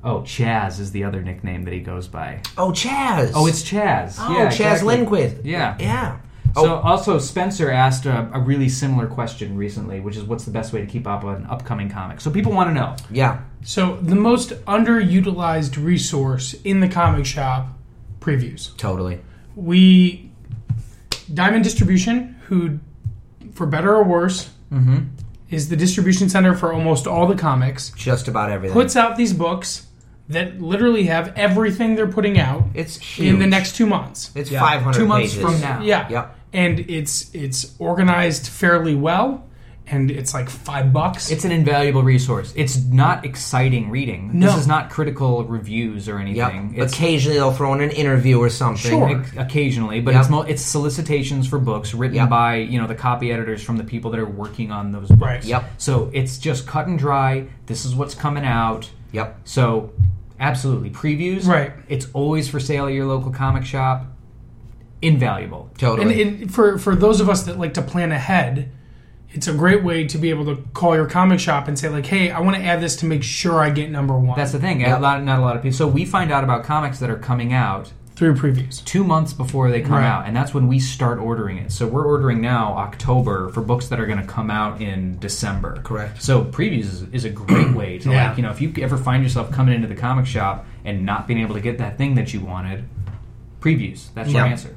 Speaker 3: Oh, Chaz is the other nickname that he goes by.
Speaker 4: oh, Chaz.
Speaker 3: Oh, it's Chaz.
Speaker 4: oh,
Speaker 3: yeah,
Speaker 4: Chaz
Speaker 3: exactly.
Speaker 4: Lindquist.
Speaker 3: Yeah.
Speaker 4: Yeah. Oh,
Speaker 3: So also Spencer asked a, a really similar question recently, which is what's the best way to keep up on upcoming comics? So people want to know.
Speaker 4: Yeah.
Speaker 2: So the most underutilized resource in the comic shop previews.
Speaker 4: Totally.
Speaker 2: we Diamond Distribution, who, for better or worse, is the distribution center for almost all the comics,
Speaker 4: Just about everything.
Speaker 2: puts out these books that literally have everything they're putting out
Speaker 4: it's huge.
Speaker 2: in the next two months.
Speaker 4: It's
Speaker 3: Yeah.
Speaker 4: 500
Speaker 3: Two months
Speaker 4: pages.
Speaker 3: from now.
Speaker 2: Yeah.
Speaker 4: Yep.
Speaker 2: And it's it's organized fairly well, and it's like five bucks.
Speaker 3: It's an invaluable resource. It's not exciting reading. This
Speaker 2: No.
Speaker 3: is not critical reviews or
Speaker 4: Yep.
Speaker 3: anything. It's
Speaker 4: Occasionally they'll throw in an interview or something.
Speaker 2: Sure.
Speaker 3: oc- occasionally, but
Speaker 4: Yep.
Speaker 3: it's mo- it's solicitations for books written
Speaker 4: Yep.
Speaker 3: by you know the copy editors from the people that are working on those books.
Speaker 2: Right.
Speaker 4: Yep.
Speaker 3: So it's just cut and dry. This is what's coming out.
Speaker 4: Yep.
Speaker 3: So absolutely previews.
Speaker 2: Right.
Speaker 3: It's always for sale at your local comic shop. Invaluable.
Speaker 4: Totally.
Speaker 2: and it, for for those of us that like to plan ahead, it's a great way to be able to call your comic shop and say like, hey, I want to add this to make sure I get number one
Speaker 3: That's the thing.
Speaker 4: Yep.
Speaker 3: A lot, not a lot of people. So we find out about comics that are coming out
Speaker 2: through previews.
Speaker 3: two months before they come
Speaker 2: Right.
Speaker 3: out, and that's when we start ordering it. So we're ordering now October for books that are going to come out in December.
Speaker 4: Correct.
Speaker 3: So previews is, is a great way to
Speaker 2: Yeah.
Speaker 3: like you know if you ever find yourself coming into the comic shop and not being able to get that thing that you wanted, previews. That's your
Speaker 4: Yeah.
Speaker 3: answer.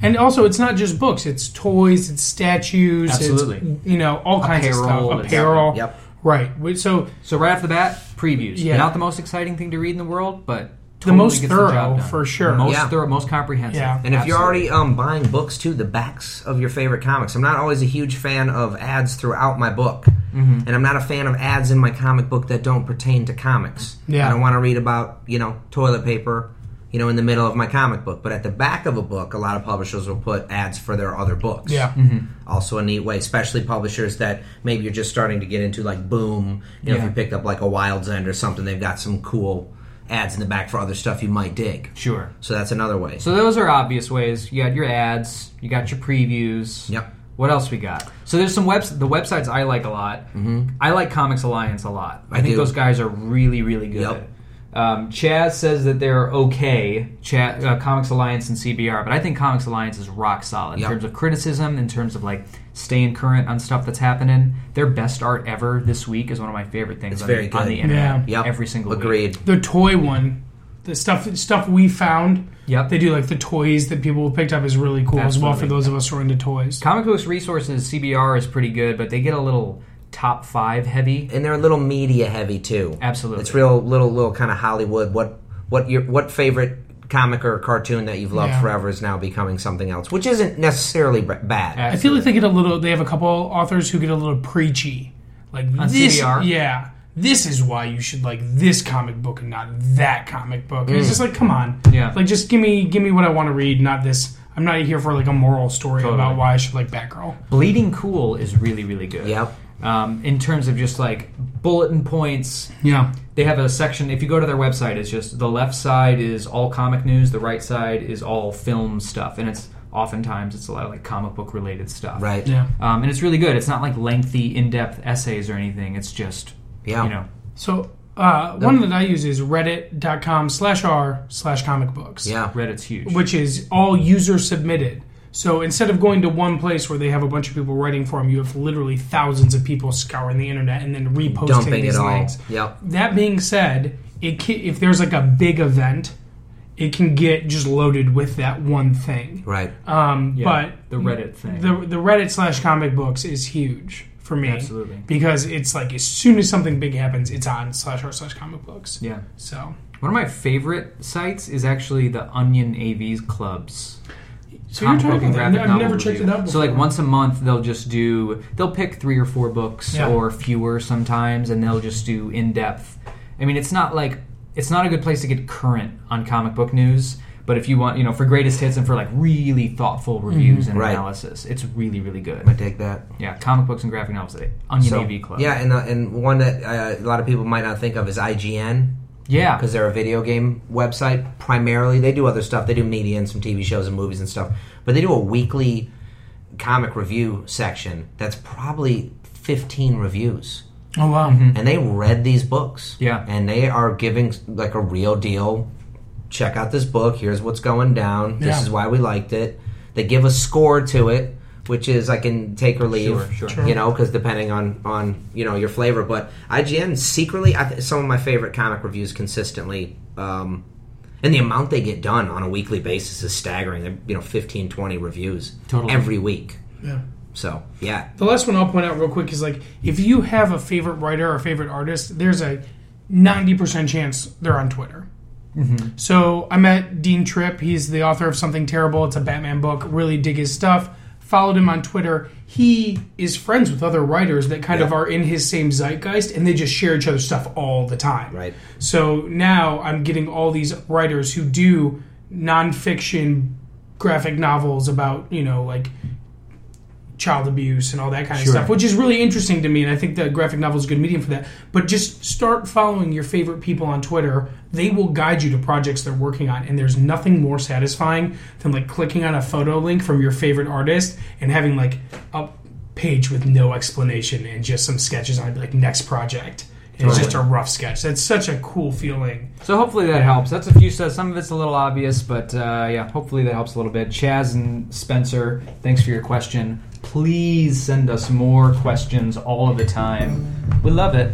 Speaker 2: And also, it's not just books; it's toys, it's statues,
Speaker 3: Absolutely.
Speaker 2: it's, you know, all kinds
Speaker 3: Apparel,
Speaker 2: of stuff.
Speaker 3: it's-
Speaker 2: Apparel,
Speaker 4: Yep.
Speaker 2: right? We- So
Speaker 3: So right off the bat, previews.
Speaker 2: Yeah.
Speaker 3: Not the most exciting thing to read in the world, but
Speaker 2: The
Speaker 3: totally
Speaker 2: most
Speaker 3: gets the
Speaker 2: thorough,
Speaker 3: job done.
Speaker 2: for sure.
Speaker 3: Most
Speaker 4: Yeah.
Speaker 3: thorough, most comprehensive.
Speaker 2: Yeah.
Speaker 4: And if you're
Speaker 3: Absolutely.
Speaker 4: already um, buying books too, the backs of your favorite comics. I'm not always a huge fan of ads throughout my book,
Speaker 3: Mm-hmm.
Speaker 4: and I'm not a fan of ads in my comic book that don't pertain to comics.
Speaker 2: Yeah.
Speaker 4: I don't want to read about you know toilet paper, you know, in the middle of my comic book. But at the back of a book, a lot of publishers will put ads for their other books.
Speaker 2: Yeah.
Speaker 4: also a neat way, especially publishers that maybe you're just starting to get into, like Boom. You know,
Speaker 3: Yeah.
Speaker 4: if you picked up like a Wild's End or something, they've got some cool ads in the back for other stuff you might dig.
Speaker 3: sure.
Speaker 4: So that's another way.
Speaker 3: So those are obvious ways. You got your ads, you got your previews.
Speaker 4: Yep.
Speaker 3: What else we got? So there's some webs. The websites I like a lot. Mm-hmm. I like Comics Alliance a lot. I,
Speaker 4: I
Speaker 3: think
Speaker 4: do.
Speaker 3: those guys are really, really good.
Speaker 4: Yep.
Speaker 3: Um, Chaz says that they're okay. Chaz, uh, Comics Alliance and CBR, but I think Comics Alliance is rock solid
Speaker 4: Yep.
Speaker 3: in terms of criticism, in terms of like staying current on stuff that's happening. Their best art ever this week is one of my favorite things
Speaker 4: It's
Speaker 3: on,
Speaker 4: very
Speaker 3: the, on
Speaker 4: good.
Speaker 3: the internet.
Speaker 4: Yep.
Speaker 3: Every single week.
Speaker 4: agreed.
Speaker 2: the toy one, the stuff stuff we found.
Speaker 3: Yep.
Speaker 2: They do like the toys that people picked up is really cool as well for
Speaker 3: Absolutely.
Speaker 2: those of us who are into toys.
Speaker 3: Comic Books Resources CBR is pretty good, but they get a little top five heavy.
Speaker 4: and they're a little media heavy too.
Speaker 3: Absolutely.
Speaker 4: it's real little little kind of Hollywood. What what your what favorite comic or cartoon that you've loved
Speaker 2: Yeah.
Speaker 4: forever is now becoming something else, which isn't necessarily b- bad.
Speaker 2: I feel like they get a little. They have a couple authors who get a little preachy, like
Speaker 3: On
Speaker 2: this.
Speaker 3: CBR?
Speaker 2: Yeah, this is why you should like this comic book and not that comic book. And It's just like, come on,
Speaker 3: Yeah.
Speaker 2: like just give me give me what I want to read, not this. I'm not here for like a moral story
Speaker 3: Totally.
Speaker 2: about why I should like Batgirl.
Speaker 3: Bleeding Cool is really, really good.
Speaker 4: Yep.
Speaker 3: Um, in terms of just like bulletin points,
Speaker 2: Yeah,
Speaker 3: they have a section. If you go to their website, it's just the left side is all comic news, the right side is all film stuff, and it's oftentimes it's a lot of like comic book related stuff.
Speaker 4: Right.
Speaker 2: yeah.
Speaker 3: Um, and it's really good. It's not like lengthy, in depth essays or anything. It's just
Speaker 4: Yeah.
Speaker 3: you know
Speaker 2: So Uh, one that I use is reddit.com slash r slash comic books.
Speaker 4: Yeah.
Speaker 3: Reddit's huge.
Speaker 2: which is all user submitted. So instead of going to one place where they have a bunch of people writing for them, you have literally thousands of people scouring the internet and then reposting
Speaker 4: Dumping
Speaker 2: these
Speaker 4: it all.
Speaker 2: links.
Speaker 4: Yep.
Speaker 2: That being said, it can, if there's like a big event, it can get just loaded with that one thing.
Speaker 4: Right.
Speaker 2: Um,
Speaker 3: Yeah,
Speaker 2: But
Speaker 3: the Reddit thing.
Speaker 2: the the Reddit slash comic books is huge for me
Speaker 3: Absolutely.
Speaker 2: because it's like as soon as something big happens, it's on slash r slash comic books.
Speaker 3: yeah.
Speaker 2: So
Speaker 3: One of my favorite sites is actually the Onion AVs Clubs.
Speaker 2: so you're talking about that. I've never checked it out. Before.
Speaker 3: So like once a month they'll just do they'll pick three or four books
Speaker 2: Yeah.
Speaker 3: or fewer sometimes and they'll just do in depth. I mean it's not like it's not a good place to get current on comic book news, but if you want you know for greatest hits and for like really
Speaker 2: Mm-hmm.
Speaker 3: thoughtful reviews and
Speaker 4: Right.
Speaker 3: analysis, it's really really good.
Speaker 4: I take that.
Speaker 3: Yeah, comic books and graphic novels. eh, Onion AV Club.
Speaker 4: Yeah, and uh, and one that uh, a lot of people might not think of is IGN
Speaker 3: yeah.
Speaker 4: because they're a video game website primarily. They do other stuff. They do media and some TV shows and movies and stuff, but they do a weekly comic review section that's probably 15 reviews.
Speaker 2: oh wow.
Speaker 3: Mm-hmm.
Speaker 4: And they read these books.
Speaker 3: Yeah.
Speaker 4: And they are giving like a real deal. Check out this book. Here's what's going down. This
Speaker 2: Yeah.
Speaker 4: is why we liked it. They give a score to it, which is I can take or leave.
Speaker 3: Sure, sure.
Speaker 2: Sure.
Speaker 4: You know, because depending on on you know your flavor. But IGN secretly, I th- some of my favorite comic reviews consistently. Um, and the amount they get done on a weekly basis is staggering. They're, you know, 15, 20 reviews
Speaker 3: Totally.
Speaker 4: every week.
Speaker 2: Yeah.
Speaker 4: So, yeah.
Speaker 2: The last one I'll point out real quick is like if you have a favorite writer or favorite artist, there's a 90% chance they're on Twitter. So I met Dean Tripp. He's the author of Something Terrible. It's a Batman book. Really dig his stuff. Followed him on Twitter. He is friends with other writers that kind of are in his same zeitgeist and they just share each other's stuff all the time.
Speaker 4: Right.
Speaker 2: So now I'm getting all these writers who do nonfiction graphic novels about, you know, like child abuse and all that kind of
Speaker 3: Sure.
Speaker 2: stuff, which is really interesting to me. And I think the graphic novel is a good medium for that. But just start following your favorite people on Twitter. They will guide you to projects they're working on. And there's nothing more satisfying than like clicking on a photo link from your favorite artist and having like a page with no explanation and just some sketches on it, like next project. And It's just a rough sketch. That's such a cool feeling.
Speaker 3: So hopefully that helps. That's a few stuff. Some of it's a little obvious, but uh, yeah, hopefully that helps a little bit. Chaz and Spencer, thanks for your question. Please send us more questions all of the time. We love it.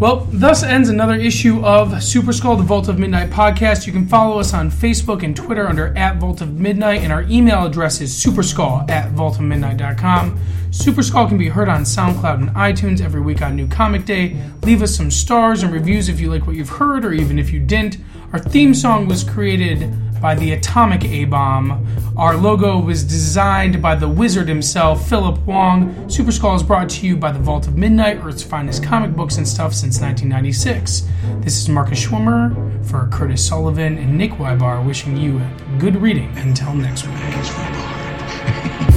Speaker 2: Well, thus ends another issue of Super Skull, the Vault of Midnight podcast. You can follow us on Facebook and Twitter under at Vault of Midnight, and our email address is superskull at vaultofmidnight.com. Super Skull can be heard on SoundCloud and iTunes every week on New Comic Day. Leave us some stars and reviews if you like what you've heard, or even if you didn't. Our theme song was created by the Atomic A Bomb. Our logo was designed by the wizard himself, Philip Wong. Super Skull is brought to you by the Vault of Midnight, Earth's finest comic books and stuff since 1996. This is Marcus Schwimmer for Curtis Sullivan and Nick Wybar wishing you good reading. Until next week.